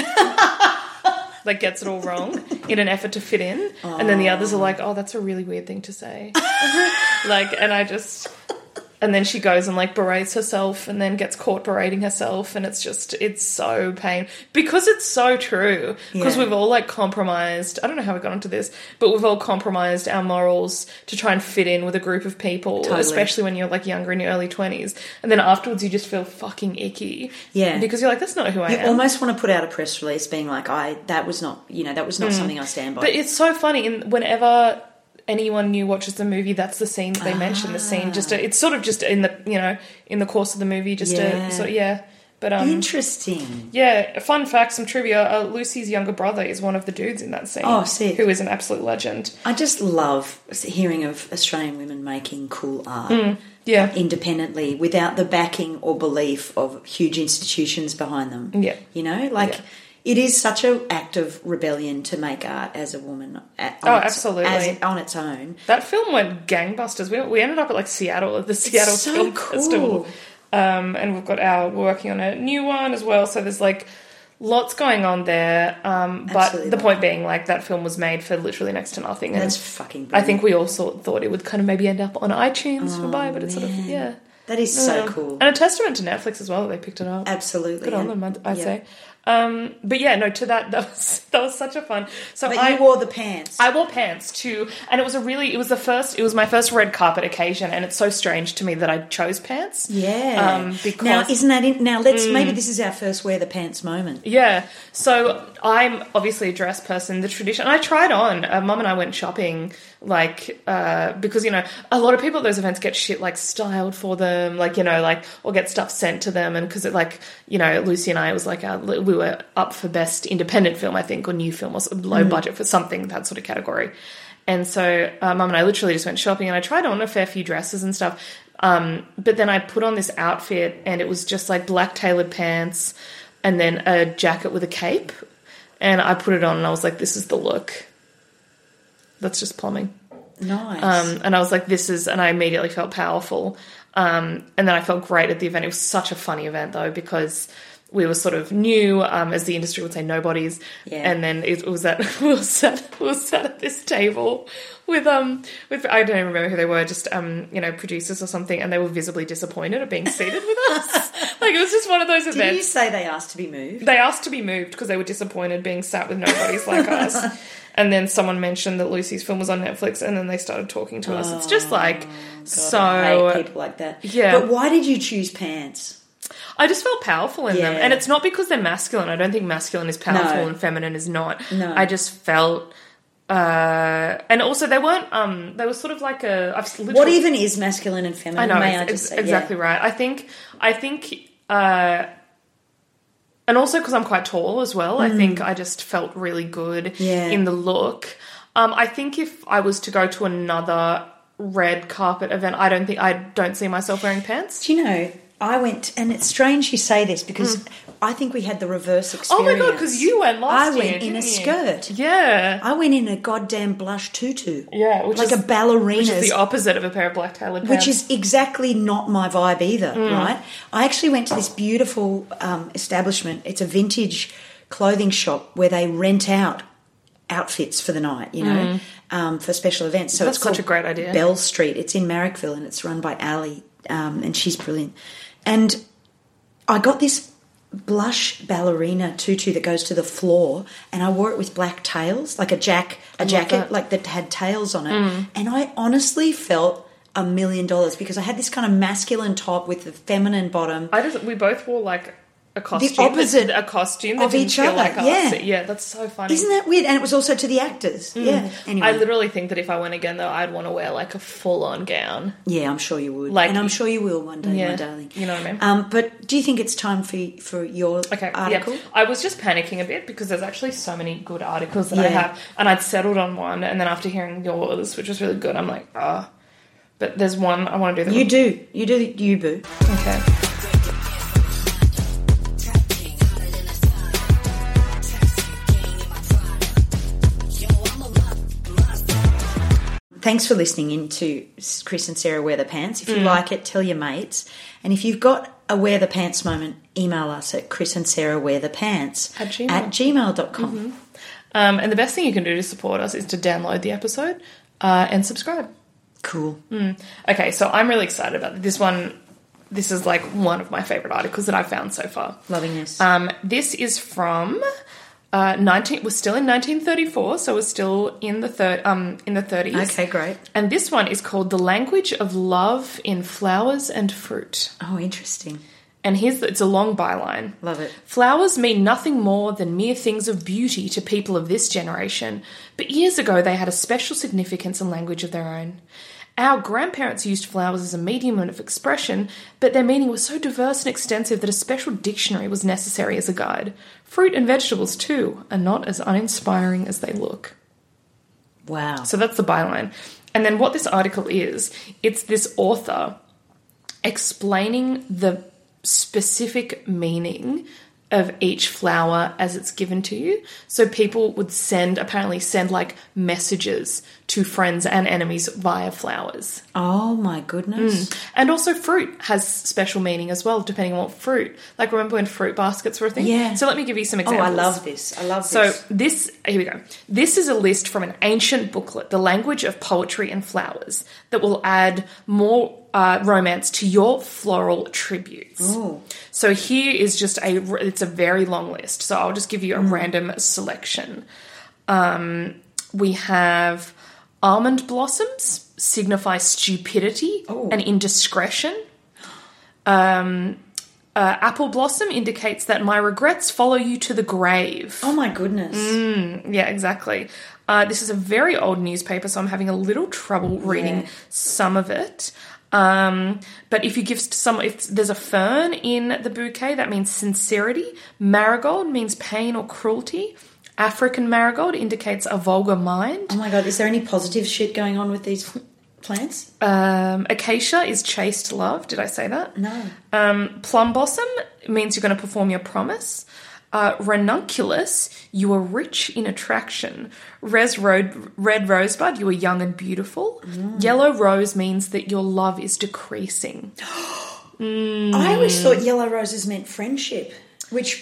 A: like gets it all wrong in an effort to fit in and then the others are like oh that's a really weird thing to say like and i just and then she goes and like berates herself and then gets caught berating herself and it's just it's so pain because it's so true because
B: Yeah.
A: we've all like compromised i don't know how we got into this but we've all compromised our morals to try and fit in with a group of people
B: Totally.
A: especially when you're like younger in your early 20s and then afterwards you just feel fucking icky
B: Yeah.
A: because you're like that's not who i
B: You
A: am
B: almost want to put out a press release being like, I that was not, you know, that was not something I stand by.
A: Hmm. But it's so funny. And whenever anyone new watches the movie, that's the scene that they mention. The scene just it's sort of just in the you know in the course of the movie, just
B: Yeah.
A: a sort of, yeah. But um,
B: Interesting.
A: yeah. Fun fact, some trivia: uh, Lucy's younger brother is one of the dudes in that scene.
B: Oh, sick.
A: Who is an absolute legend.
B: I just love hearing of Australian women making cool art
A: Hmm. Yeah.
B: independently without the backing or belief of huge institutions behind them.
A: Yeah.
B: You know, like
A: Yeah.
B: it is such an act of rebellion to make art as a woman. a- on
A: Oh,
B: its-
A: absolutely.
B: as- on its own.
A: That film went gangbusters. We, we ended up at like Seattle at the Seattle
B: so
A: Film
B: cool.
A: Festival, um, and we've got our we're working on a new one as well. So there's like lots going on there. Um, but
B: Absolutely.
A: the point being, like that film was made for literally next to nothing. And
B: That's fucking.
A: I
B: Brilliant.
A: think we all sort, thought it would kind of maybe end up on iTunes for buy, but it's sort of
B: Oh, man.
A: yeah.
B: that is so
A: Um,
B: cool.
A: and a testament to Netflix as well that they picked it up.
B: Absolutely.
A: Good on them, I'd, I'd
B: Yeah.
A: say. Um, but yeah, no, to that that was that was such a fun. So
B: But
A: I
B: you wore the pants.
A: I wore pants too, and it was a really it was the first it was my first red carpet occasion, and it's so strange to me that I chose pants.
B: yeah.
A: Um, because Mm.
B: now isn't that in, now? Let's maybe this is our first wear the pants moment.
A: yeah, so I'm obviously a dress person. The tradition I tried on. Uh, Mum and I went shopping, like uh, because you know a lot of people at those events get shit like styled for them, like you know like or get stuff sent to them, and because it like you know Lucy and I it was like our, we were up for best independent film I think or new film or low budget for something that sort of category. And so, uh, mum and I literally just went shopping, and I tried on a fair few dresses and stuff. Um, but then I put on this outfit, and it was just like black tailored pants, and then a jacket with a cape. And I put it on, and I was like, "This is the look." That's just plumbing.
B: Nice.
A: Um, and I was like, this is, and I immediately felt powerful. Um, and then I felt great at the event. It was such a funny event though, because we were sort of new, um, as the industry would say, nobodies.
B: Yeah.
A: And then it was at, we were sat, we were sat at this table with, um, with, I don't even remember who they were, just, um, you know, producers or something. And they were visibly disappointed at being seated with us. like it was just one of those
B: Did
A: events
B: you say they asked to be moved?
A: they asked to be moved because they were disappointed being sat with nobodies like us. And then someone mentioned that Lucy's film was on Netflix, and then they started talking to us. It's just like
B: Oh, God, I hate
A: so.
B: people like that.
A: Yeah.
B: But why did you choose pants?
A: I just felt powerful in them.
B: Yeah.
A: And it's not because they're masculine. I don't think masculine is powerful
B: No.
A: and feminine is not.
B: No.
A: I just felt uh and also they weren't um they were sort of like a I've literally
B: What even is masculine and feminine?
A: I know
B: may
A: it's-
B: I just
A: it's
B: say?
A: exactly right. I think I think uh and also because I'm quite tall as well, I think I just felt really good
B: Mm. Yeah.
A: in the look. Um, I think if I was to go to another red carpet event, I don't think I don't see myself wearing pants.
B: Do you know? I went, and it's strange you say this because I think we had the reverse experience.
A: Hmm. Oh my god, because you went last
B: I
A: year.
B: went in
A: didn't
B: a
A: you?
B: skirt.
A: Yeah,
B: I went in a goddamn blush tutu.
A: yeah, which
B: like
A: is
B: a ballerina's.
A: which is the opposite of a pair of black tailored pants.
B: which is exactly not my vibe either,
A: Mm.
B: right? I actually went to this beautiful um, establishment. It's a vintage clothing shop where they rent out outfits for the night, you know, um, for special events. So
A: Mm. That's
B: it's called
A: such a great idea.
B: Bell Street. It's in Marrickville and it's run by Ali, um, and she's brilliant. And I got this blush ballerina tutu that goes to the floor and I wore it with black tails like a jack a jacket
A: that. Mm.
B: like that had tails on it and I honestly felt a million dollars because I had this kind of masculine top with the feminine bottom
A: I just we both wore like a costume, that-
B: opposite
A: a costume that
B: of
A: didn't
B: each
A: feel
B: other,
A: like us.
B: yeah.
A: yeah, that's so funny. Mm.
B: isn't that weird and it was also to the actors yeah anyway
A: I literally think that if I went again, though, I'd want to wear like a full on gown.
B: yeah I'm sure you would
A: Like-
B: and I'm sure you will one day my
A: Yeah,
B: darling
A: you know what I mean.
B: um, but do you think it's time for for your
A: Okay,
B: article
A: yeah. I was just panicking a bit because there's actually so many good articles that I
B: Yeah.
A: have, and I'd settled on one, and then after hearing yours, which was really good, I'm like, ah. But there's one I want to do. That
B: you do you do you boo
A: okay.
B: Thanks for listening in to S- Chris and Sarah Wear the Pants. If
A: Mm.
B: you like it, tell your mates. And if you've got a Wear the Pants moment, email us at Chris and Sarah Wear the Pants
A: At gmail.
B: at gmail.com.
A: Um, and the best thing you can do to support us is to download the episode uh, and subscribe.
B: Cool.
A: Mm. Okay, so I'm really excited about this one. This is like one of my favorite articles that I've found so far.
B: Loving this.
A: Um, this is from uh, 19. We're still in 1934, so we're still in the third um in the 30s.
B: okay, great.
A: And this one is called "The Language of Love in Flowers and Fruit."
B: Oh, interesting.
A: And here's the, it's a long byline.
B: Love it.
A: Flowers mean nothing more than mere things of beauty to people of this generation, but years ago they had a special significance and language of their own. Our grandparents used flowers as a medium of expression, but their meaning was so diverse and extensive that a special dictionary was necessary as a guide. Fruit and vegetables, too, are not as uninspiring as they look.
B: Wow.
A: So that's the byline. And then what this article is, it's this author explaining the specific meaning of each flower as it's given to you. So people would send, apparently, send like messages to friends and enemies via flowers.
B: oh, my goodness.
A: And also, fruit has special meaning as well, depending on what fruit. Like, remember when fruit baskets were a thing?
B: Yeah.
A: So let me give you some
B: Oh,
A: examples.
B: I love this. I love
A: So
B: this.
A: this here we go. This is a list from an ancient booklet, "The Language of Poetry and Flowers," that will add more uh, romance to your floral tributes.
B: Ooh.
A: So here is just a it's a very long list. So I'll just give you a random selection. Um, we have almond blossoms signify stupidity and indiscretion. Um, uh, apple blossom indicates that my regrets follow you to the grave.
B: Oh, my goodness.
A: Mm. Yeah, exactly. Uh, this is a very old newspaper, so I'm having a little trouble reading
B: Yeah.
A: some of it. Um, but if you give some, if there's a fern in the bouquet, that means sincerity. Marigold means pain or cruelty. African marigold indicates a vulgar mind.
B: Oh, my God. Is there any positive shit going on with these plants?
A: Um, acacia is chaste love. Did I say that?
B: No.
A: Um, plum blossom means you're going to perform your promise. Uh, ranunculus, you are rich in attraction. Res road, red rosebud, you are young and beautiful. Yellow rose means that your love is decreasing.
B: I always thought yellow roses meant friendship, which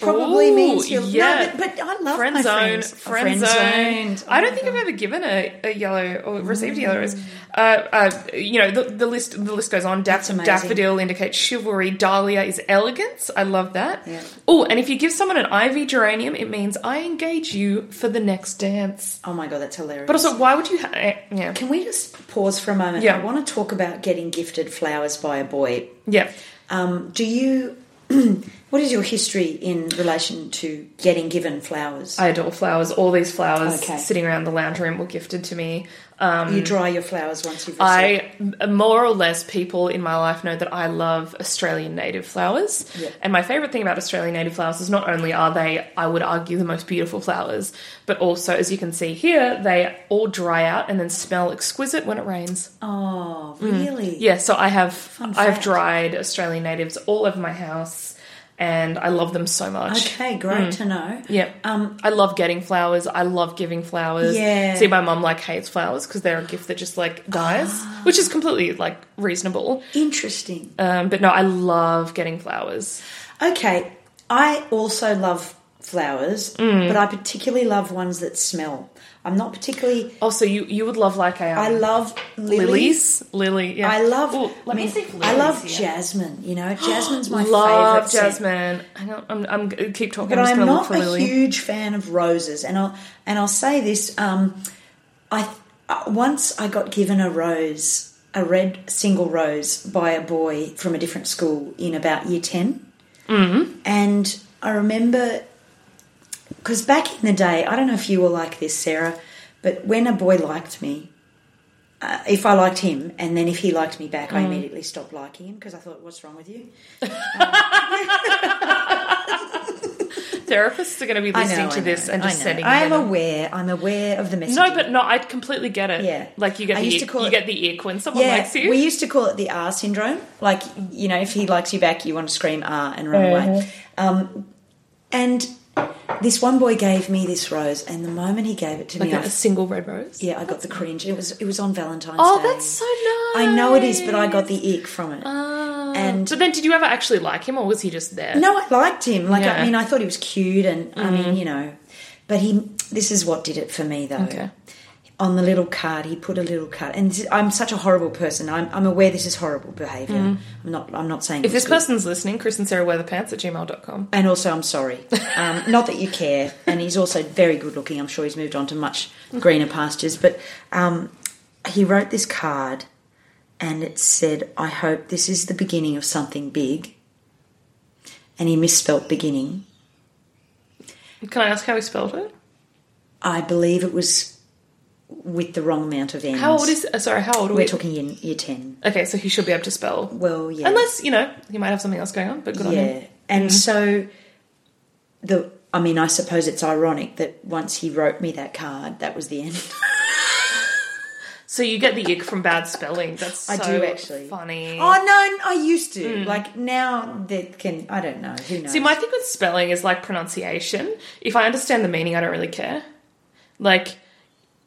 A: Mm.
B: probably
A: Ooh,
B: means you're
A: yeah.
B: no, but, but I love
A: Friend
B: my
A: zone,
B: friends.
A: friend zone.
B: Friend-zoned.
A: I don't think I've ever given a, a yellow or received a yellow rose.
B: Mm.
A: Uh, uh, you know, the, the list the list goes on. Daff-
B: That's amazing.
A: daffodil indicates chivalry. Dahlia is elegance. I love that.
B: Yeah.
A: Oh, and if you give someone an ivy geranium, it means I engage you for the next dance.
B: Oh my god, that's hilarious.
A: But also, why would you? Ha- eh, yeah,
B: can we just pause for a moment?
A: Yeah.
B: I want to talk about getting gifted flowers by a boy.
A: yeah.
B: Um, do you What is your history in relation to getting given flowers?
A: I adore flowers. All these flowers
B: Okay.
A: sitting around the lounge room were gifted to me.
B: you dry your flowers once you've received.
A: Um, I more or less people in my life know that I love Australian native flowers.
B: Yeah.
A: And my favorite thing about Australian native flowers is not only are they, I would argue, the most beautiful flowers, but also as you can see here, they all dry out and then smell exquisite when it rains.
B: Oh, really?
A: Mm. Yeah, so I have I've
B: fact.
A: dried Australian natives all over my house and I love them so much.
B: Okay, great to know.
A: Mm. Yeah.
B: Um,
A: I love getting flowers. I love giving flowers.
B: Yeah.
A: See, my mum like hates flowers because they're a gift that just like dies,
B: Ah.
A: which is completely like reasonable.
B: Interesting.
A: Um, but no, I love getting flowers.
B: Okay, I also love flowers,
A: Mm.
B: but I particularly love ones that smell. I'm not particularly.
A: Also, you you would love like um,
B: I love lilies.
A: lilies, lily. Yeah.
B: I love.
A: Ooh, let me see.
B: I love
C: lilies, yeah.
B: jasmine. You know, jasmine's my
A: Love
B: favorite. scent.
A: jasmine. I don't, I'm I'm g- keep talking.
B: but
A: I'm just
B: I'm
A: gonna look
B: not
A: for
B: a
A: lily.
B: huge fan of roses, and I'll and I'll say this. Um, I uh, once I got given a rose, a red single rose, by a boy from a different school in about year 10
A: Mm-hmm.
B: and I remember because back in the day, I don't know if you were like this, Sarah, but when a boy liked me. Uh, if I liked him, and then if he liked me back,
A: Mm.
B: I immediately stopped liking him because I thought, "What's wrong with you?"
A: Therapists are going to be
B: I
A: listening
B: know,
A: to
B: I
A: this
B: know,
A: and
B: I
A: just
B: know.
A: sending.
B: I am
A: venom.
B: aware. I'm aware of the message.
A: No, but no, I completely get it.
B: Yeah.
A: like you get
B: I
A: the
B: used
A: ear-
B: to call
A: you
B: it-
A: get the ick when someone
B: yeah,
A: likes you.
B: we used to call it the R syndrome. Like you know, if he likes you back, you want to scream R and run away. Um, and this one boy gave me this rose, and the moment he gave it to
A: like
B: me,
A: a,
B: I,
A: a single red rose.
B: yeah, I got the cringe. It was it was on Valentine's
A: Oh,
B: Day.
A: that's so nice.
B: I know it is, but I got the ick from it.
A: Ah.
B: And-
A: but then, did you ever actually like him, or was he just there?
B: No, I liked him. Like,
A: Yeah. Mm.
B: I mean, I thought he was cute, and I mean, you know, but he. This is what did it for me, though.
A: Okay.
B: On the little card, he put a little card, and this, I'm such a horrible person. I'm, I'm aware this is horrible behaviour. I'm not. I'm not saying
A: If
B: it's
A: Mm. this
B: good.
A: person's listening, Chris and Sarah wear the pants at gmail.com.
B: And also, I'm sorry. Um, not that you care. And he's also very good looking. I'm sure he's moved on to much greener pastures. But um, he wrote this card and it said, I hope this is the beginning of something big. And he misspelt beginning.
A: Can I ask how he spelled it?
B: I believe it was with the wrong amount of N's.
A: How old is? Uh, sorry, how old are
B: We're
A: we?
B: talking year, year 10.
A: Okay, so he should be able to spell.
B: Well, yeah.
A: Unless you know he might have something else going on, but good on him.
B: yeah. Mm-hmm. And so the I mean, I suppose it's ironic that once he wrote me that card, that was the end.
A: So you get the ick from bad spelling. That's
B: I
A: so
B: do actually.
A: funny.
B: Oh no, I used to. Like now that can I don't know. Who knows?
A: See, my thing with spelling is like pronunciation. If I understand the meaning, I don't really care. Like,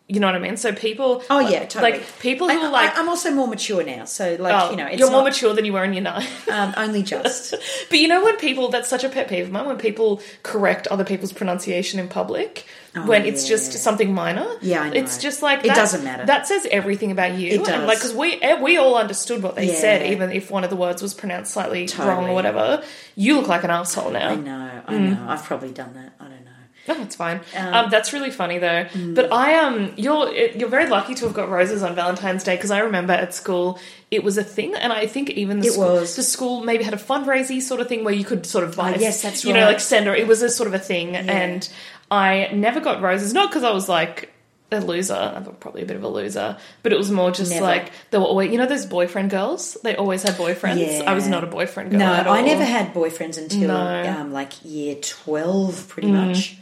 A: you know what I mean? So people.
B: oh yeah, totally.
A: Like people
B: I-
A: who
B: I-
A: are like,
B: I'm also more mature now, so like
A: oh,
B: you know, it's
A: you're more
B: not-
A: mature than you were in your nine.
B: Um, only just.
A: But you know when people that's such a pet peeve of mine when people correct other people's pronunciation in public when it's
B: Oh, yeah.
A: just something minor.
B: Yeah, I know.
A: it's just like
B: It doesn't matter.
A: That says everything about you.
B: It
A: And
B: does.
A: like because we eh, we all understood what they
B: Yeah.
A: said, even if one of the words was pronounced slightly wrong or
B: Totally.
A: whatever. You look like an asshole now.
B: I know, I know. I've probably done that. I don't know.
A: No, it's fine. Um, that's really funny though.
B: Mm.
A: But I am um, you're it- you're very lucky to have got roses on Valentine's Day because I remember at school it was a thing, and I think even the
B: It
A: school,
B: was.
A: the school maybe had a fundraising sort of thing where you could sort of buy
B: Oh, yes, that's
A: you know
B: right.
A: like send or it was a sort of a thing, and I never got roses not because I was like. A loser. I'm probably a bit of a loser, but it was more just
B: Never.
A: like they were always, you know, those boyfriend girls. They always had boyfriends.
B: Yeah.
A: I was not a boyfriend girl.
B: No,
A: at all.
B: I never had boyfriends until
A: No. Mm.
B: um, like year twelve, pretty much.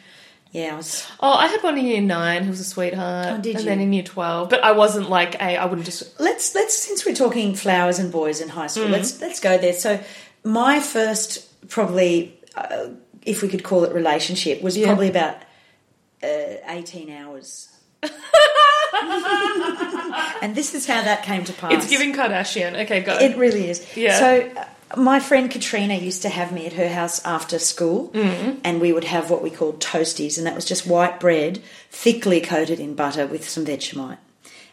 B: Yeah, I was.
A: Oh, I had one in year nine who was a sweetheart.
B: Oh, did
A: And
B: you?
A: then in year 12. But I wasn't like a, I wouldn't just.
B: let's let's since we're talking flowers and boys in high
A: Mm.
B: school, let's let's go there. So my first probably, uh, if we could call it relationship, was probably about uh, eighteen hours. and this is how that came to pass.
A: It's giving Kardashian. Okay, go.
B: It really is.
A: Yeah.
B: So uh, my friend Katrina used to have me at her house after school,
A: Mm-hmm.
B: and we would have what we called toasties, and that was just white bread thickly coated in butter with some Vegemite.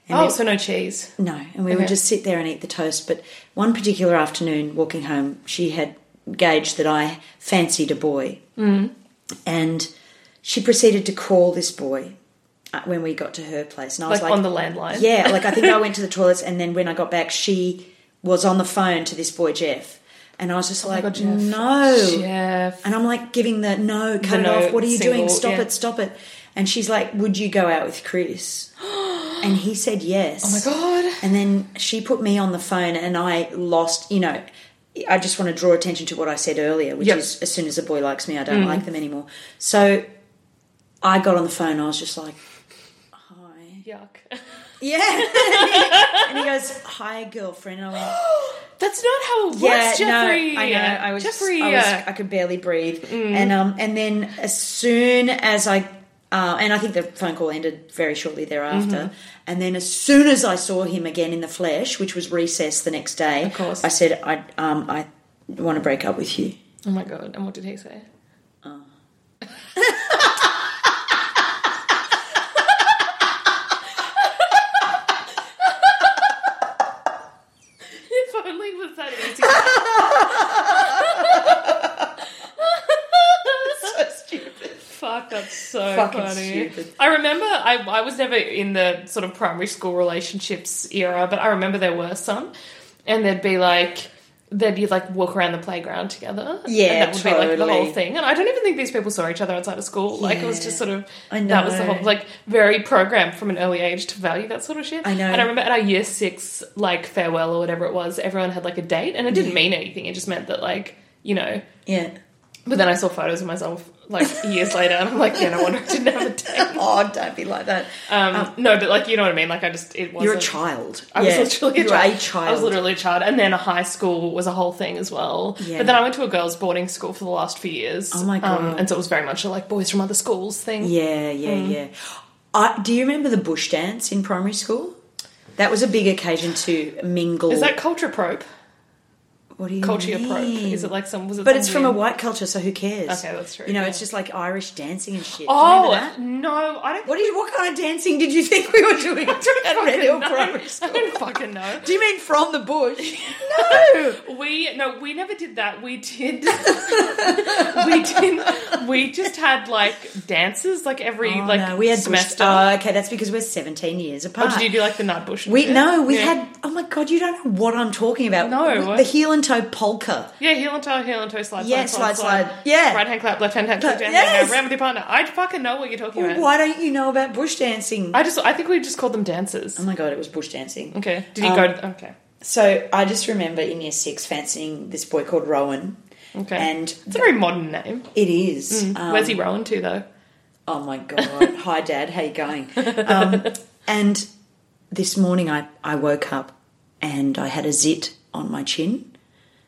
B: And
A: oh,
B: it-
A: so no cheese.
B: no, and we
A: Okay.
B: would just sit there and eat the toast. But one particular afternoon, walking home, she had gauged that I fancied a boy, mm. and she proceeded to call this boy uh, when we got to her place, and I was
A: Like,
B: like,
A: on the landline.
B: yeah, like I think I went to the toilets, and then when I got back, she was on the phone to this boy Jeff, And I was just like,
A: Oh God, Jeff.
B: no.
A: Jeff.
B: And I'm like giving the no, cut
A: The
B: it
A: no
B: off. What are you
A: single,
B: doing? Stop
A: yeah.
B: it, stop it. And she's like, would you go out with Chris? And he said yes.
A: Oh my god.
B: And then she put me on the phone, and I lost, you know. I just want to draw attention to what I said earlier, which
A: Yep.
B: is as soon as a boy likes me, I don't like them anymore. So I got on the phone, I was just like, hi.
A: Yuck.
B: Yeah. and, he, and he goes, hi, girlfriend. And I went,
A: That's not how it works,
B: yeah,
A: Jeffrey.
B: no, I know. I was
A: Jeffrey. Mm.
B: I, was-
A: uh,
B: I could barely breathe, and um, and then as soon as I, uh, and I think the phone call ended very shortly thereafter,
A: Mm-hmm.
B: and then as soon as I saw him again in the flesh, which was recess the next day, of
A: course.
B: I said, I um, I want to break up with you.
A: oh my god. And what did he say? if only was that easy. Fuck, that's so
B: Fucking
A: funny.
B: stupid.
A: I remember I, I was never in the sort of primary school relationships era, but I remember there were some, and there'd be like they'd you'd like walk around the playground together. and
B: Yeah,
A: that would be like the
B: totally.
A: whole thing. And I don't even think these people saw each other outside of school. Like it was
B: Yeah.
A: just sort of
B: I
A: that was the
B: know.
A: whole like very programmed from an early age to value that sort of shit.
B: I know.
A: And I remember at our year six like farewell or whatever it was, everyone had like a date, and it didn't mean anything. It just meant that like you know
B: Yeah.
A: but then I saw photos of myself like years later, and I'm like, yeah, no wonder I didn't have a date.
B: Oh, don't be like that.
A: Um, no, but like, you know what I mean? Like, I just it was
B: You're a child.
A: I
B: Yeah.
A: was literally a
B: You're
A: child.
B: a child.
A: I was literally a child, and then high school was a whole thing as well.
B: Yeah.
A: But then I went to a girls' boarding school for the last few years. Um,
B: Oh my God.
A: and so it was very much a like boys from other schools thing.
B: Yeah, yeah,
A: Mm.
B: yeah. I, do you remember the bush dance in primary school? That was a big occasion to mingle.
A: Is that culture probe?
B: what do you
A: Culture
B: mean?
A: probe? Is it like some? Was it?
B: But it's
A: some
B: from a
A: weird-
B: white culture, so who cares?
A: Okay, that's true,
B: You know,
A: yeah.
B: it's just like Irish dancing and shit. Do you remember
A: Oh
B: that?
A: no, I don't.
B: What, did, what kind of dancing did you think we were doing at Red Hill Primary
A: I
B: School?
A: don't fucking know.
B: Do you mean from the bush? Oh, no!
A: We no, we never did that. We did, we did, we just had like dances like every
B: Oh,
A: like
B: no, we had bush.
A: semester.
B: Oh, okay, that's because we're 17 years
A: or
B: apart.
A: did you do like the nut bush? and
B: we
A: shit?
B: No, we
A: Yeah.
B: had. Oh my god, you don't know what I'm talking about.
A: No,
B: We-
A: what?
B: The heel and toe polka.
A: yeah heel and toe, heel and toe, slide,
B: Yeah,
A: slide, slide,
B: slide,
A: slide,
B: slide. Yeah.
A: right hand clap, left hand hand,
B: But-
A: dance,
B: yes.
A: yes. round with your partner. I fucking know what you're talking about.
B: Why don't you know about bush dancing?
A: I just I think we just called them dances.
B: oh my god, it was bush dancing.
A: Okay, did you
B: Um,
A: go? Okay,
B: So I just remember in year six fancying this boy called Rowan.
A: okay,
B: And
A: it's a very modern name.
B: it is. um,
A: Where's he rolling to though?
B: Oh my god! Hi, Dad. How you going? Um, and this morning, I I woke up and I had a zit on my chin,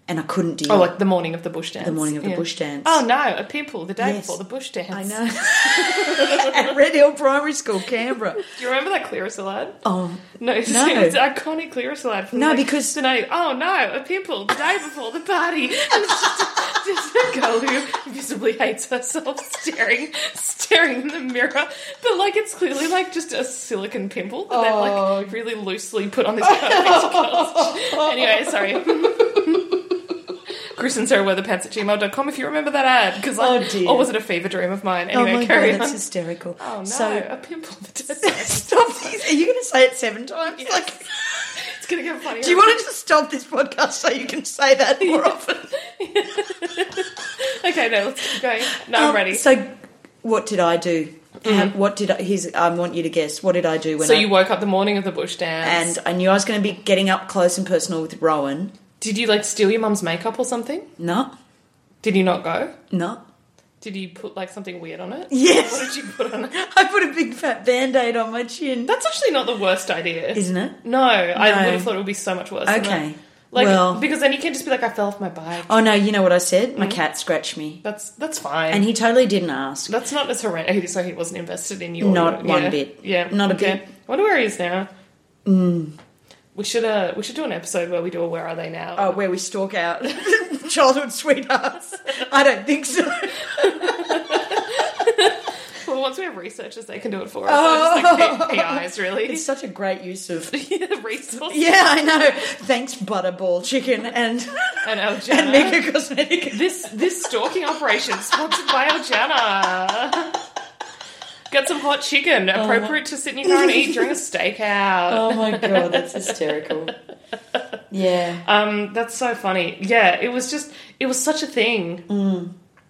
B: and I couldn't deal.
A: Oh, like the morning of the bush dance.
B: the morning of the
A: Yeah.
B: bush dance.
A: Oh no, a pimple the day
B: Yes.
A: before the bush dance.
B: I know. At Red Hill Primary School, Canberra.
A: Do you remember that clear salad?
B: Oh
A: No, it's,
B: No.
A: it's iconic lyric slide from
B: No,
A: like,
B: because-
A: tonight. Oh no, a pimple the day before the party. And it's just, just a girl who visibly hates herself, staring, staring in the mirror. But like, it's clearly like just a silicon pimple that
B: Oh.
A: they've like really loosely put on this perfect girl's. Anyway, sorry. Chris and Sarah Weatherpants at gmail.com if you remember that ad. Because
B: Oh,
A: like,
B: dear.
A: or was it a fever dream of mine?
B: Oh
A: Anyway,
B: my
A: carry
B: god, that's
A: on.
B: hysterical.
A: Oh no,
B: So
A: a pimple the day.
B: stop these. Are you going to say it seven times?
A: Yes.
B: Like,
A: It's gonna get funnier.
B: do you want to just stop this podcast so you can say that more often?
A: Okay, no, let's keep going. No, I'm
B: Um,
A: ready. So,
B: So, what did I do? How- What did I? Here's, I want you to guess. What did I do when I?
A: you woke up the morning of the bush dance,
B: and I knew I was going to be getting up close and personal with Rowan.
A: did you like steal your mum's makeup or something?
B: No,
A: Did you not go?
B: no.
A: Did you put like something weird on it?
B: Yes.
A: What did you put on it?
B: I put a big fat band aid on my chin.
A: That's actually not the worst idea,
B: Isn't it?
A: No, I
B: No.
A: would have thought it would be so much worse. than
B: Okay.
A: that. Like
B: well,
A: because then you can just be like, I fell off my bike.
B: oh no, you know what I said? My cat scratched me,
A: That's that's fine.
B: and he totally didn't ask.
A: that's not as horrendous. So he wasn't invested in your
B: Not one
A: yeah.
B: bit.
A: Yeah,
B: Not a
A: okay.
B: bit.
A: I
B: Mm.
A: wonder where he is now. We should uh we should do an episode where we do a where are they now?
B: Oh, where we stalk out childhood sweethearts? I don't think so.
A: Well, once we have researchers, they can do it for us. Oh. Just like P- PIs, really.
B: It's such a great use of.
A: yeah, resource
B: Yeah, I know. Thanks, Butterball Chicken and
A: and
B: and
A: Aljana.
B: Mega Cosmetic.
A: this this stalking operation sponsored by Aljana. Get some hot chicken, appropriate to sit in your car and eat during a stakeout.
B: Oh my god, that's hysterical. Yeah.
A: Um, that's so funny. Yeah, it was just it was such a thing.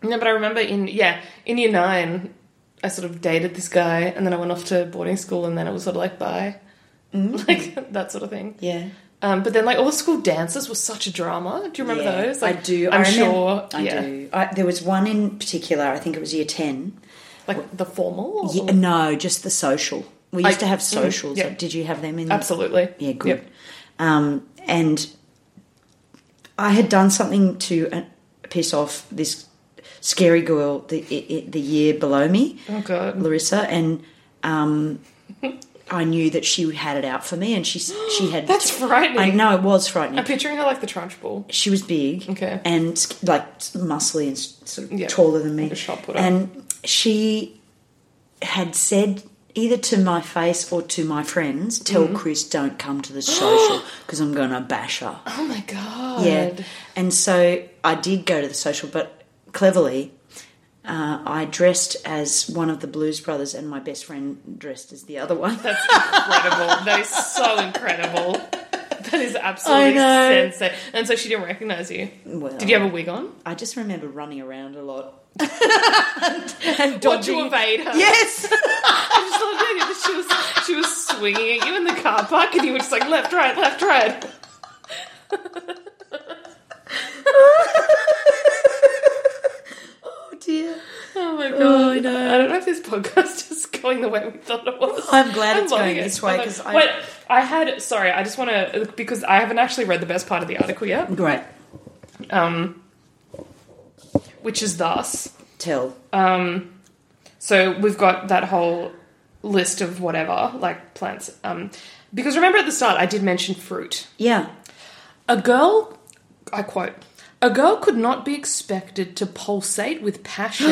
A: No, but I remember in yeah in year nine, I sort of dated this guy, and then I went off to boarding school, and then it was sort of like bye, like that sort of thing.
B: Yeah.
A: Um, but then like all the school dances were such a drama. Do you remember
B: Yeah,
A: those? Like,
B: I do.
A: I'm
B: I remem-
A: sure.
B: I
A: yeah.
B: do. I, there was one in particular. I think it was year ten.
A: Like the formal. or-
B: Yeah, no, just the social. We used
A: Oh. I-
B: to have
A: mm,
B: socials.
A: yeah.
B: Did you have them in?
A: Absolutely.
B: Yeah, good.
A: Yep.
B: Um, and I had done something to uh, piss off this scary girl the i- i- the year below me,
A: Oh god.
B: Larissa, and um, I knew that she had it out for me, and she s- she had.
A: That's frightening.
B: I know it was
A: I'm
B: frightening.
A: picturing her like the Trunchbull.
B: She was big,
A: Okay.
B: and s- like s- muscly and s- sort of
A: Yeah.
B: taller than me,
A: Like a shot putter.
B: and she had said either to my face or to my friends, "Tell
A: Mm-hmm.
B: Chris, don't come to the social because I'm going to bash her."
A: Oh my god.
B: Yeah. And so I did go to the social, but cleverly, uh, I dressed as one of the Blues Brothers, and my best friend dressed as the other one.
A: That's incredible. that is so incredible. That is absolutely
B: know.
A: sensei. And so she didn't recognize you.
B: Well,
A: Did you have a wig on?
B: I just remember running around a lot.
A: Did you evade her?
B: Yes.
A: I just love the idea that she was she was swinging at you in the car park, and you were just like left, right, left, right.
B: oh dear.
A: Oh my god!
B: Oh, I
A: I,
B: know.
A: don't know if this podcast is going the way we thought it was.
B: I'm glad it's
A: loving
B: going
A: it.
B: this way,
A: I'm like-
B: 'cause I-
A: wait, I had sorry. I just want to because I haven't actually read the best part of the article yet,
B: Great.
A: um, which is thus.
B: Tell.
A: So we've got that whole list of whatever like plants. Um, because remember at the start I did mention fruit.
B: Yeah.
A: A girl, I quote, a girl could not be expected to pulsate with passion,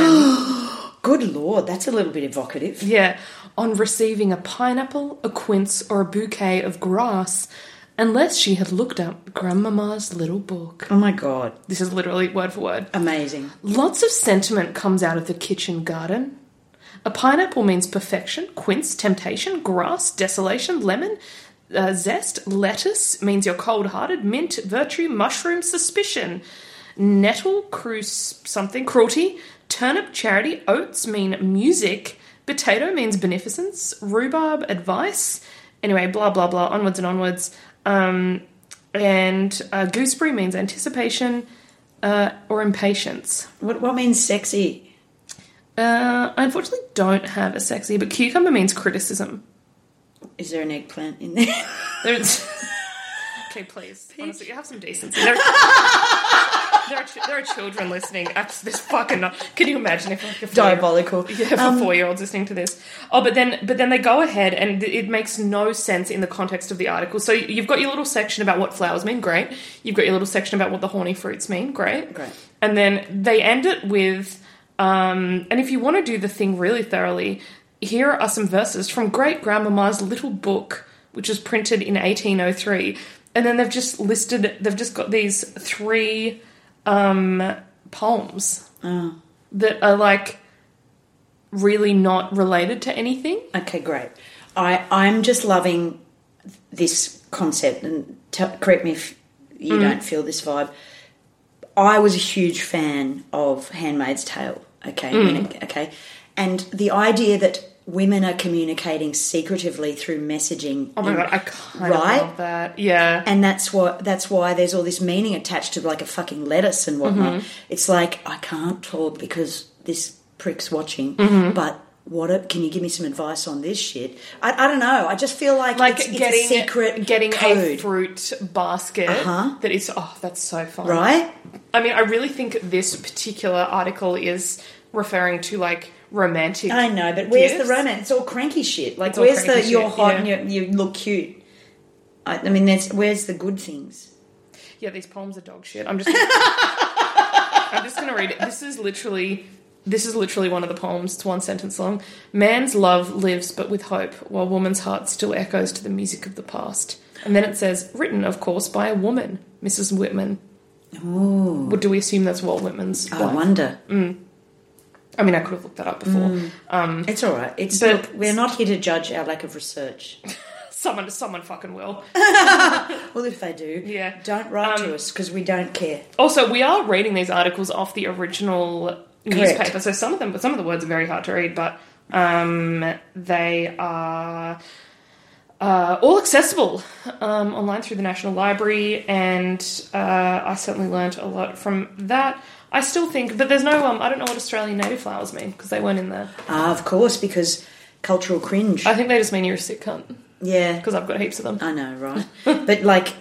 B: Good lord, that's a little bit evocative.
A: yeah, on receiving a pineapple, a quince, or a bouquet of grass, unless she had looked up Grandmama's little book.
B: Oh my god.
A: This is literally word for word.
B: Amazing.
A: Lots of sentiment comes out of the kitchen garden. A pineapple means perfection, quince, temptation, grass, desolation, lemon, uh, zest, lettuce means you're cold hearted, mint, virtue, mushroom, suspicion, nettle, cruise, something, cruelty, turnip, charity, oats mean music, potato means beneficence, rhubarb, advice. Anyway, blah, blah, blah, onwards and onwards. Um, and uh, gooseberry means anticipation uh, or impatience.
B: What what means sexy?
A: Uh, I unfortunately don't have a sexy, but cucumber means criticism.
B: Is there an eggplant in there?
A: There's... okay, please. Honestly, you have some decency. There, there, are, chi- there are children listening. That's this fucking. Can you imagine if like a four-year-old-
B: Diabolical.
A: Yeah, for four-year-olds listening to this. Oh, but then, but then they go ahead, and th- it makes no sense in the context of the article. So you've got your little section about what flowers mean, great. You've got your little section about what the horny fruits mean, great.
B: Great.
A: And then they end it with, um, and if you want to do the thing really thoroughly, here are some verses from Great Grandmama's little book, which was printed in 1803. And then they've just listed, they've just got these three um, poems that are like really not related to anything.
B: Okay, great. I I'm just loving this concept, and t- correct me if you
A: Mm.
B: don't feel this vibe. I was a huge fan of Handmaid's Tale. Okay,
A: Mm.
B: when it- okay, and the idea that women are communicating secretively through messaging.
A: Oh my god, I kind
B: Right?
A: of love that. Yeah.
B: and that's what that's why there's all this meaning attached to like a fucking lettuce and whatnot.
A: Mm-hmm.
B: It's like I can't talk because this prick's watching,
A: Mm-hmm.
B: but. What a, can you give me some advice on this shit? I, I don't know. I just feel like,
A: like
B: it's, it's
A: getting
B: a secret
A: getting a
B: code,
A: fruit basket that is oh that's so fun
B: right?
A: i mean i really think this particular article is referring to like romantic
B: I know, but where's
A: gifts.
B: the romance? It's all cranky shit. Like
A: It's all
B: where's the
A: cranky
B: you're
A: shit,
B: hot
A: yeah.
B: and you you look cute? I, I mean, there's where's the good things?
A: yeah these poems are dog shit i'm just i'm just gonna read it this is literally this is literally one of the poems it's one sentence long man's love lives but with hope while woman's heart still echoes to the music of the past and then it says written of course by a woman mrs whitman Ooh. do we assume that's walt whitman's
B: I
A: wife?
B: wonder.
A: Mm. I mean, I could have
B: Mm.
A: looked that up before.
B: It's all right. It's
A: But-
B: look, we're not here to judge our lack of research.
A: Someone, someone fucking will.
B: Well, if they do,
A: Yeah.
B: don't write
A: Um,
B: to us because we don't care.
A: Also, we are reading these articles off the original
B: Correct.
A: newspaper, so some of them, some of the words are very hard to read, but um, they are uh, all accessible um, online through the National Library, and uh, I certainly learnt a lot from that. I still think, but there's no, um, I don't know what Australian native flowers mean because they weren't in there.
B: Ah, of course, because cultural cringe.
A: I think they just mean you're a sick cunt
B: yeah,
A: because I've got heaps of them.
B: I know, right? but like,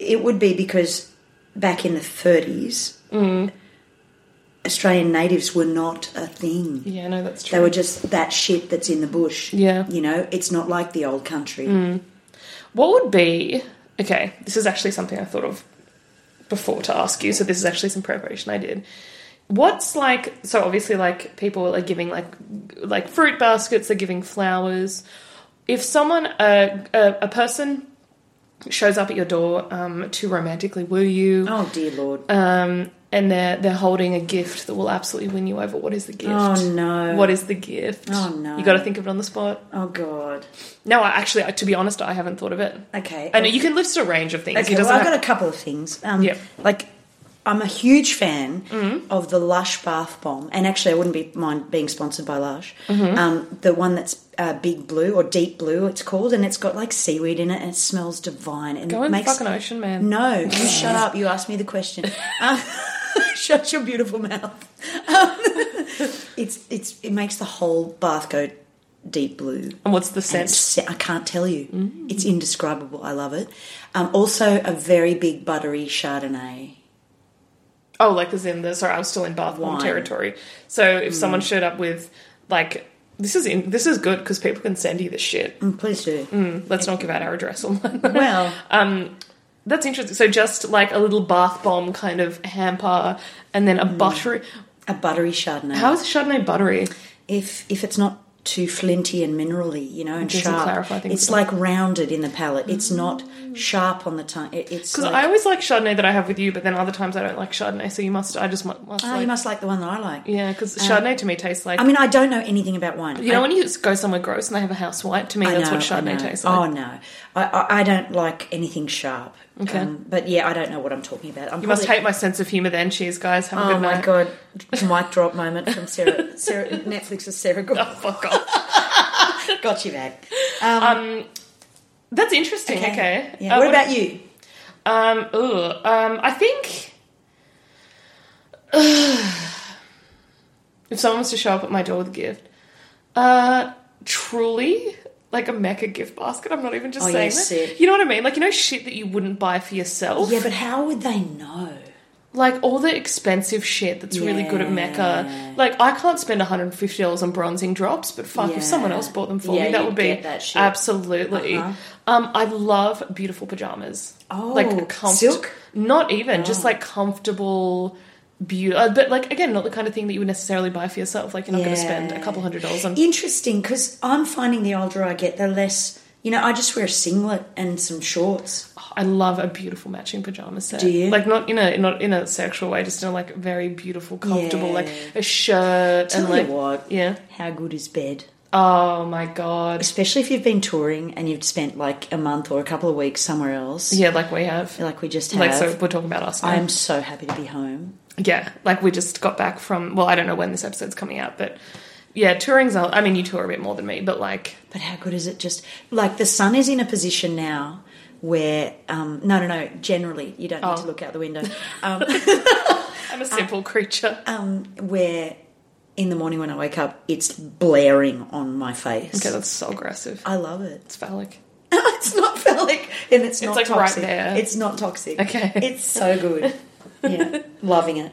B: it would be because back in the 30s,
A: Mm.
B: Australian natives were not a thing.
A: Yeah, no, that's true.
B: They were just that shit that's in the bush.
A: Yeah. Mm.
B: You know, it's not like the old country.
A: What would be okay? This is actually something I thought of before to ask you. So this is actually some preparation I did. What's like? So obviously, like people are giving like like fruit baskets. They're giving flowers. If someone a a, a person shows up at your door um, to romantically woo you,
B: Oh, dear Lord.
A: um, and they're they're holding a gift that will absolutely win you over. What is the gift?
B: Oh, no.
A: What is the gift?
B: Oh, no.
A: You got to think of it on the spot.
B: oh, God.
A: No, I actually, I- to be honest, I haven't thought of it.
B: Okay.
A: I know you can list a range of things.
B: Okay,
A: It
B: well,
A: doesn't
B: I've
A: have-
B: got a couple of things. Um,
A: Yeah. Mm-hmm.
B: Like, I'm a huge fan of the Lush bath bomb, and actually, I wouldn't be mind being sponsored by Lush.
A: Mm-hmm.
B: Um, the one that's uh, big blue or deep blue, it's called, and it's got like seaweed in it, and it smells divine. And
A: Go
B: it
A: in the
B: makes
A: fucking ocean, man.
B: no, you shut up. You asked me the question. Um, shut your beautiful mouth. Um, it's it's it makes the whole bath go deep blue.
A: And what's the scent?
B: And it's- I can't tell you.
A: Mm.
B: It's indescribable. I love it. Um, also, a very big buttery Chardonnay.
A: Oh, like as in the sorry, I was still in bath bomb
B: Wine. Mm.
A: territory. So if someone showed up with like this is in this is good because people can send you this shit.
B: Mm, please do.
A: Let's not give out our address online.
B: Well,
A: Uh, That's interesting. So just like a little bath bomb kind of hamper, and then a
B: Mm.
A: buttery.
B: a buttery Chardonnay.
A: How is Chardonnay buttery?
B: if if it's not too flinty and minerally, you know, and
A: doesn't
B: sharp,
A: clarify things.
B: it's like rounded in the palate. It's not sharp on the tongue. It, it's
A: Because
B: like,
A: I always like Chardonnay that I have with you, but then other times I don't like Chardonnay. So you must. I just mu- must.
B: Ah,
A: like,
B: you must like the one that I like.
A: Yeah, because Chardonnay to me tastes like.
B: I mean, I don't know anything about wine.
A: you know,
B: I,
A: when you go somewhere gross and they have a house white, to me,
B: I
A: that's
B: know,
A: what
B: I
A: Chardonnay
B: know.
A: tastes like.
B: Oh no, I, I, I don't like anything sharp. Um,
A: Okay.
B: but yeah, I don't know what I'm talking about. I'm
A: You must hate my sense of humour then. Cheers, guys. Have a
B: Oh
A: good
B: my
A: night.
B: god, mic drop moment from Sarah. Sarah Netflix's Sarah Gore.
A: Oh, fuck off.
B: Got you back.
A: That's interesting. Okay.
B: Yeah.
A: Uh,
B: what about you?
A: Um, ugh, um, I think. if someone was to show up at my door with a gift, uh, truly, like a mecca gift basket, I'm not even just
B: Oh,
A: saying
B: yes,
A: that.
B: it-
A: You know what I mean? Like, you know, shit that you wouldn't buy for yourself?
B: Yeah, but how would they know?
A: Like, all the expensive shit that's really good at mecca.
B: Yeah.
A: Like, I can't spend $150 on bronzing drops, but fuck,
B: Yeah.
A: if someone else bought them for
B: Yeah,
A: me, that
B: you'd
A: would be
B: get that shit.
A: absolutely.
B: Uh-huh.
A: Um, I love beautiful pajamas.
B: Oh,
A: comf-
B: silk? Oh.
A: Not even just like comfortable, beautiful. But like again, not the kind of thing that you would necessarily buy for yourself. Like you're not going to
B: Yeah.
A: spend a couple hundred dollars on.
B: Interesting, because I'm finding the older I get, the less. You know, I just wear a singlet and some shorts.
A: Oh, I love a beautiful matching pajama set.
B: Do you?
A: Like not in a not in a sexual way, just in a like very beautiful, comfortable,
B: Yeah.
A: like a shirt
B: Tell
A: and
B: you
A: like
B: what.
A: yeah.
B: How good is bed?
A: Oh my god.
B: Especially if you've been touring and you've spent like a month or a couple of weeks somewhere else.
A: Yeah, like we have.
B: Like we just have.
A: Like so, we're talking about us. Now.
B: I'm so happy to be home.
A: yeah, like we just got back from. Well, I don't know when this episode's coming out, but yeah, touring's. a- I mean, you tour a bit more than me, but like
B: But how good is it just like the sun is in a position now where um, no no no generally you don't
A: Oh.
B: need to look out the window um,
A: I'm a
B: Ah.
A: simple creature.
B: um, where in the morning when I wake up it's blaring on my face.
A: Okay, that's so aggressive.
B: I love it.
A: It's phallic.
B: it's not phallic and it's not
A: like right
B: toxic.
A: there.
B: It's not toxic.
A: Okay.
B: It's so good. Yeah, loving it.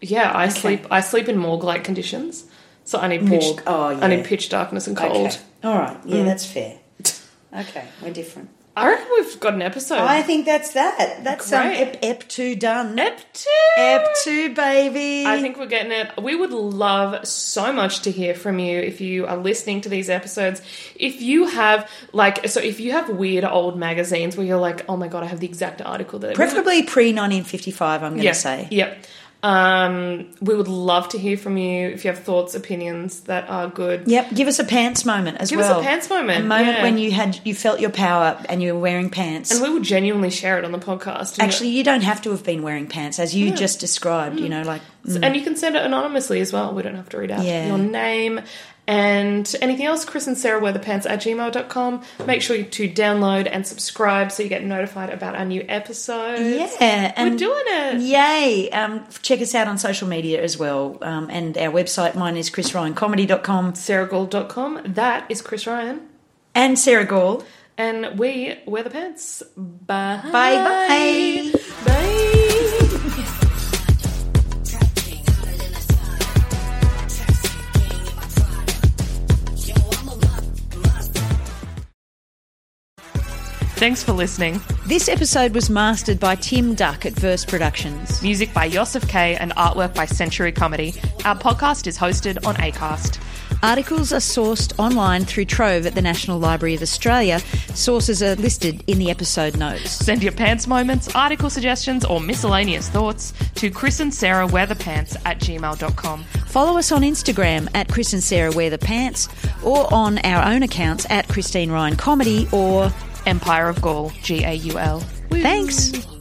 A: Yeah, I sleep. I sleep in morgue-like conditions, so I need pitch.
B: Morgue. Oh, yeah.
A: I need pitch darkness and cold. Mm.
B: Okay. All right. Yeah, that's fair. Okay, we're different.
A: I reckon we've got an episode.
B: I think that's that. That's um,
A: Great.
B: ep, ep two done.
A: Ep two.
B: Ep two, baby.
A: I think we're getting it. We would love so much to hear from you if you are listening to these episodes. If you have like, so if you have weird old magazines where you're like, oh my god, I have the exact article that.
B: Preferably pre 1955, I'm going to
A: Yeah.
B: say.
A: Yep. Um, we would love to hear from you if you have thoughts, opinions that are good.
B: Yep, give us a pants moment as
A: Give us
B: well.
A: a pants moment,
B: A moment
A: yeah.
B: when you had you felt your power and you were wearing pants.
A: And we will genuinely share it on the podcast. And-
B: Actually, you don't have to have been wearing pants as you just described,
A: Mm.
B: you know, like
A: and you can send it anonymously as well. We don't have to read out
B: Mm. Yeah.
A: your name. And anything else, Chris and Sarah wear the pants at gmail.com. Make sure you to download and subscribe so you get notified about our new episodes.
B: yeah, and
A: We're doing it.
B: Yay! Um, check us out on social media as well. Um, and our website, mine is chrisryancomedy.com
A: SarahGold.com. That is Chris Ryan.
B: and Sarah Gall.
A: And we wear the pants. Bye.
B: Bye.
A: Bye. Thanks for listening.
B: This episode was mastered by Tim Duck at Verse Productions.
A: Music by Yosef K and artwork by Century Comedy. Our podcast is hosted on ACAST.
B: Articles are sourced online through Trove at the National Library of Australia. Sources are listed in the episode notes.
A: Send your pants moments, article suggestions, or miscellaneous thoughts to Chris and Sarah Wear the Pants at gmail.com.
B: Follow us on Instagram at Chris and Sarah Wear the Pants or on our own accounts at Christine Ryan Comedy or
A: Empire of Gaul, G A U L.
B: Thanks.